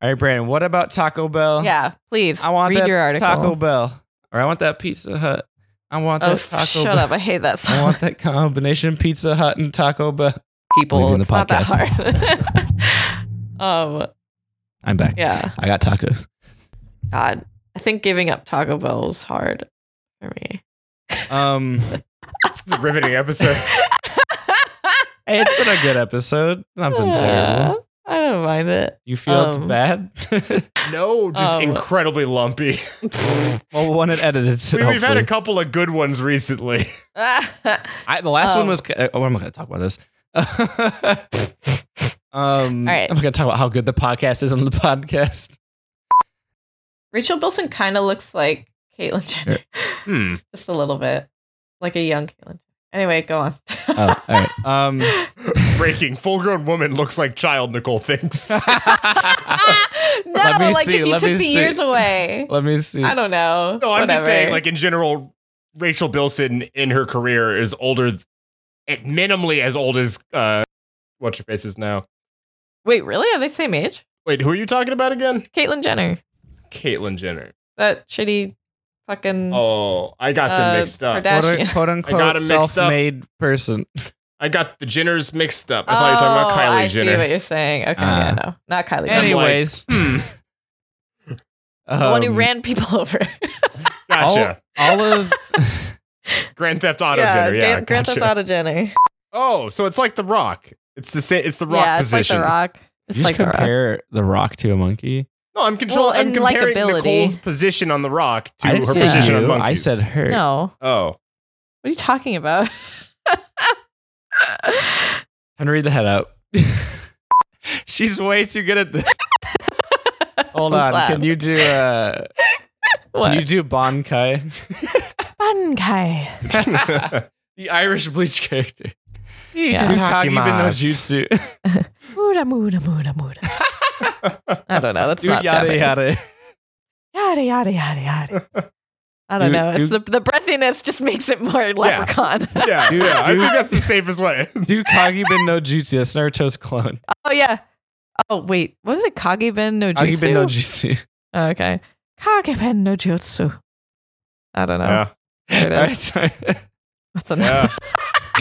Speaker 2: All right, Brandon. What about Taco Bell?
Speaker 1: Yeah. Please.
Speaker 2: I want
Speaker 1: read
Speaker 2: that
Speaker 1: your article.
Speaker 2: Taco Bell, or I want that Pizza Hut. I want
Speaker 1: Oh,
Speaker 2: that Taco.
Speaker 1: shut
Speaker 2: Bell.
Speaker 1: up! I hate that
Speaker 2: I
Speaker 1: song.
Speaker 2: want that combination Pizza Hut and Taco Bell.
Speaker 1: People,
Speaker 2: leaving the
Speaker 1: it's not that
Speaker 2: podcast.
Speaker 1: hard. um.
Speaker 2: I'm back.
Speaker 1: Yeah.
Speaker 2: I got tacos.
Speaker 1: God, I think giving up Taco Bell was hard for me.
Speaker 2: Um,
Speaker 3: It's a riveting episode.
Speaker 2: hey, it's been a good episode. Not been terrible.
Speaker 1: Uh, I don't mind it.
Speaker 2: You feel it's
Speaker 1: um,
Speaker 2: bad?
Speaker 3: No, just
Speaker 1: Um,
Speaker 3: incredibly lumpy.
Speaker 2: well, one it edited. So
Speaker 3: We, we've had a
Speaker 2: hopefully.
Speaker 3: couple of good ones recently.
Speaker 2: I, the last one
Speaker 1: um,
Speaker 2: was. Uh, oh, I'm not going to talk about this. um,
Speaker 1: All right.
Speaker 2: I'm going to talk about how good the podcast is on the podcast.
Speaker 1: Rachel Bilson kind of looks like Caitlyn Jenner,
Speaker 3: Hmm.
Speaker 1: just a little bit, like a young Caitlyn. Jenner. Anyway, go on.
Speaker 2: Oh, all right. Um,
Speaker 3: Breaking full-grown woman looks like child. Nicole thinks.
Speaker 1: no,
Speaker 2: Let me
Speaker 1: like
Speaker 2: see,
Speaker 1: if you
Speaker 2: let
Speaker 1: took
Speaker 2: me
Speaker 1: the
Speaker 2: see.
Speaker 1: years away,
Speaker 2: let me see.
Speaker 1: I don't know.
Speaker 3: no, I'm just
Speaker 1: Whatever.
Speaker 3: saying, like in general, Rachel Bilson in her career is older, at minimally as old as uh, what's your face is now.
Speaker 1: wait, really? Are they same age?
Speaker 3: Wait, who are you talking about again?
Speaker 1: Caitlyn Jenner,
Speaker 3: Caitlyn Jenner.
Speaker 1: that shitty fucking
Speaker 3: Oh, I got them
Speaker 1: Uh,
Speaker 3: mixed up.
Speaker 1: Kardashian.
Speaker 2: Quote, quote
Speaker 3: I got
Speaker 2: unquote
Speaker 3: 'em mixed up.
Speaker 2: self-made person.
Speaker 3: I got the Jenners mixed up. I thought you were talking about
Speaker 1: Oh,
Speaker 3: Kylie
Speaker 1: I
Speaker 3: Jenner.
Speaker 1: see what you're saying. Okay,
Speaker 2: Ah.
Speaker 1: yeah, no, not Kylie. Jenner.
Speaker 2: Anyways,
Speaker 3: hmm.
Speaker 1: the one who
Speaker 2: Um,
Speaker 1: ran people over.
Speaker 3: Gotcha.
Speaker 2: all of
Speaker 3: Grand Theft Auto Jenner. Yeah.
Speaker 1: Grand, Grand Theft
Speaker 3: gotcha.
Speaker 1: Auto Jenner.
Speaker 3: Oh, so it's like The Rock. It's the same. It's the Rock
Speaker 1: yeah, it's
Speaker 3: position.
Speaker 1: like the Rock. It's
Speaker 2: you just
Speaker 1: like the Rock.
Speaker 2: compare the rock to a monkey.
Speaker 3: No, I'm controlling.
Speaker 1: Well,
Speaker 3: I'm
Speaker 1: and
Speaker 3: comparing
Speaker 1: likability.
Speaker 3: Nicole's position on The Rock to
Speaker 2: I
Speaker 3: her
Speaker 2: didn't say
Speaker 3: position
Speaker 2: you.
Speaker 3: on Monkey.
Speaker 2: I said her.
Speaker 1: No, what
Speaker 3: Oh,
Speaker 1: are you talking about?
Speaker 2: Time to read the head out. She's way too good at this. Hold
Speaker 1: I'm
Speaker 2: on.
Speaker 1: glad.
Speaker 2: Can you do uh
Speaker 1: what?
Speaker 2: can you do Bonkai?
Speaker 1: Fun guy.
Speaker 2: the Irish bleach character.
Speaker 1: Yeah.
Speaker 3: Itakimasu.
Speaker 2: jutsu.
Speaker 1: Muda, muda, muda, muda. I don't know. That's
Speaker 2: Do
Speaker 1: not
Speaker 2: yada
Speaker 1: Japanese.
Speaker 2: yada.
Speaker 1: Yada yada yada yada. I don't
Speaker 2: Do-
Speaker 1: know. It's
Speaker 2: do-
Speaker 1: the the breathiness just makes it more leprechaun.
Speaker 3: yeah,
Speaker 2: Dude,
Speaker 3: yeah. I
Speaker 2: dude.
Speaker 3: think that's the safest way.
Speaker 2: Do Kagibin no jutsu. That's Naruto's clone.
Speaker 1: oh yeah. Oh wait, what is it? Kageben no jutsu.
Speaker 2: Kagibin no jutsu.
Speaker 1: oh, okay. Kageben no jutsu. I don't know.
Speaker 3: Yeah.
Speaker 1: There it
Speaker 2: All
Speaker 1: is.
Speaker 2: right, sorry.
Speaker 1: That's enough.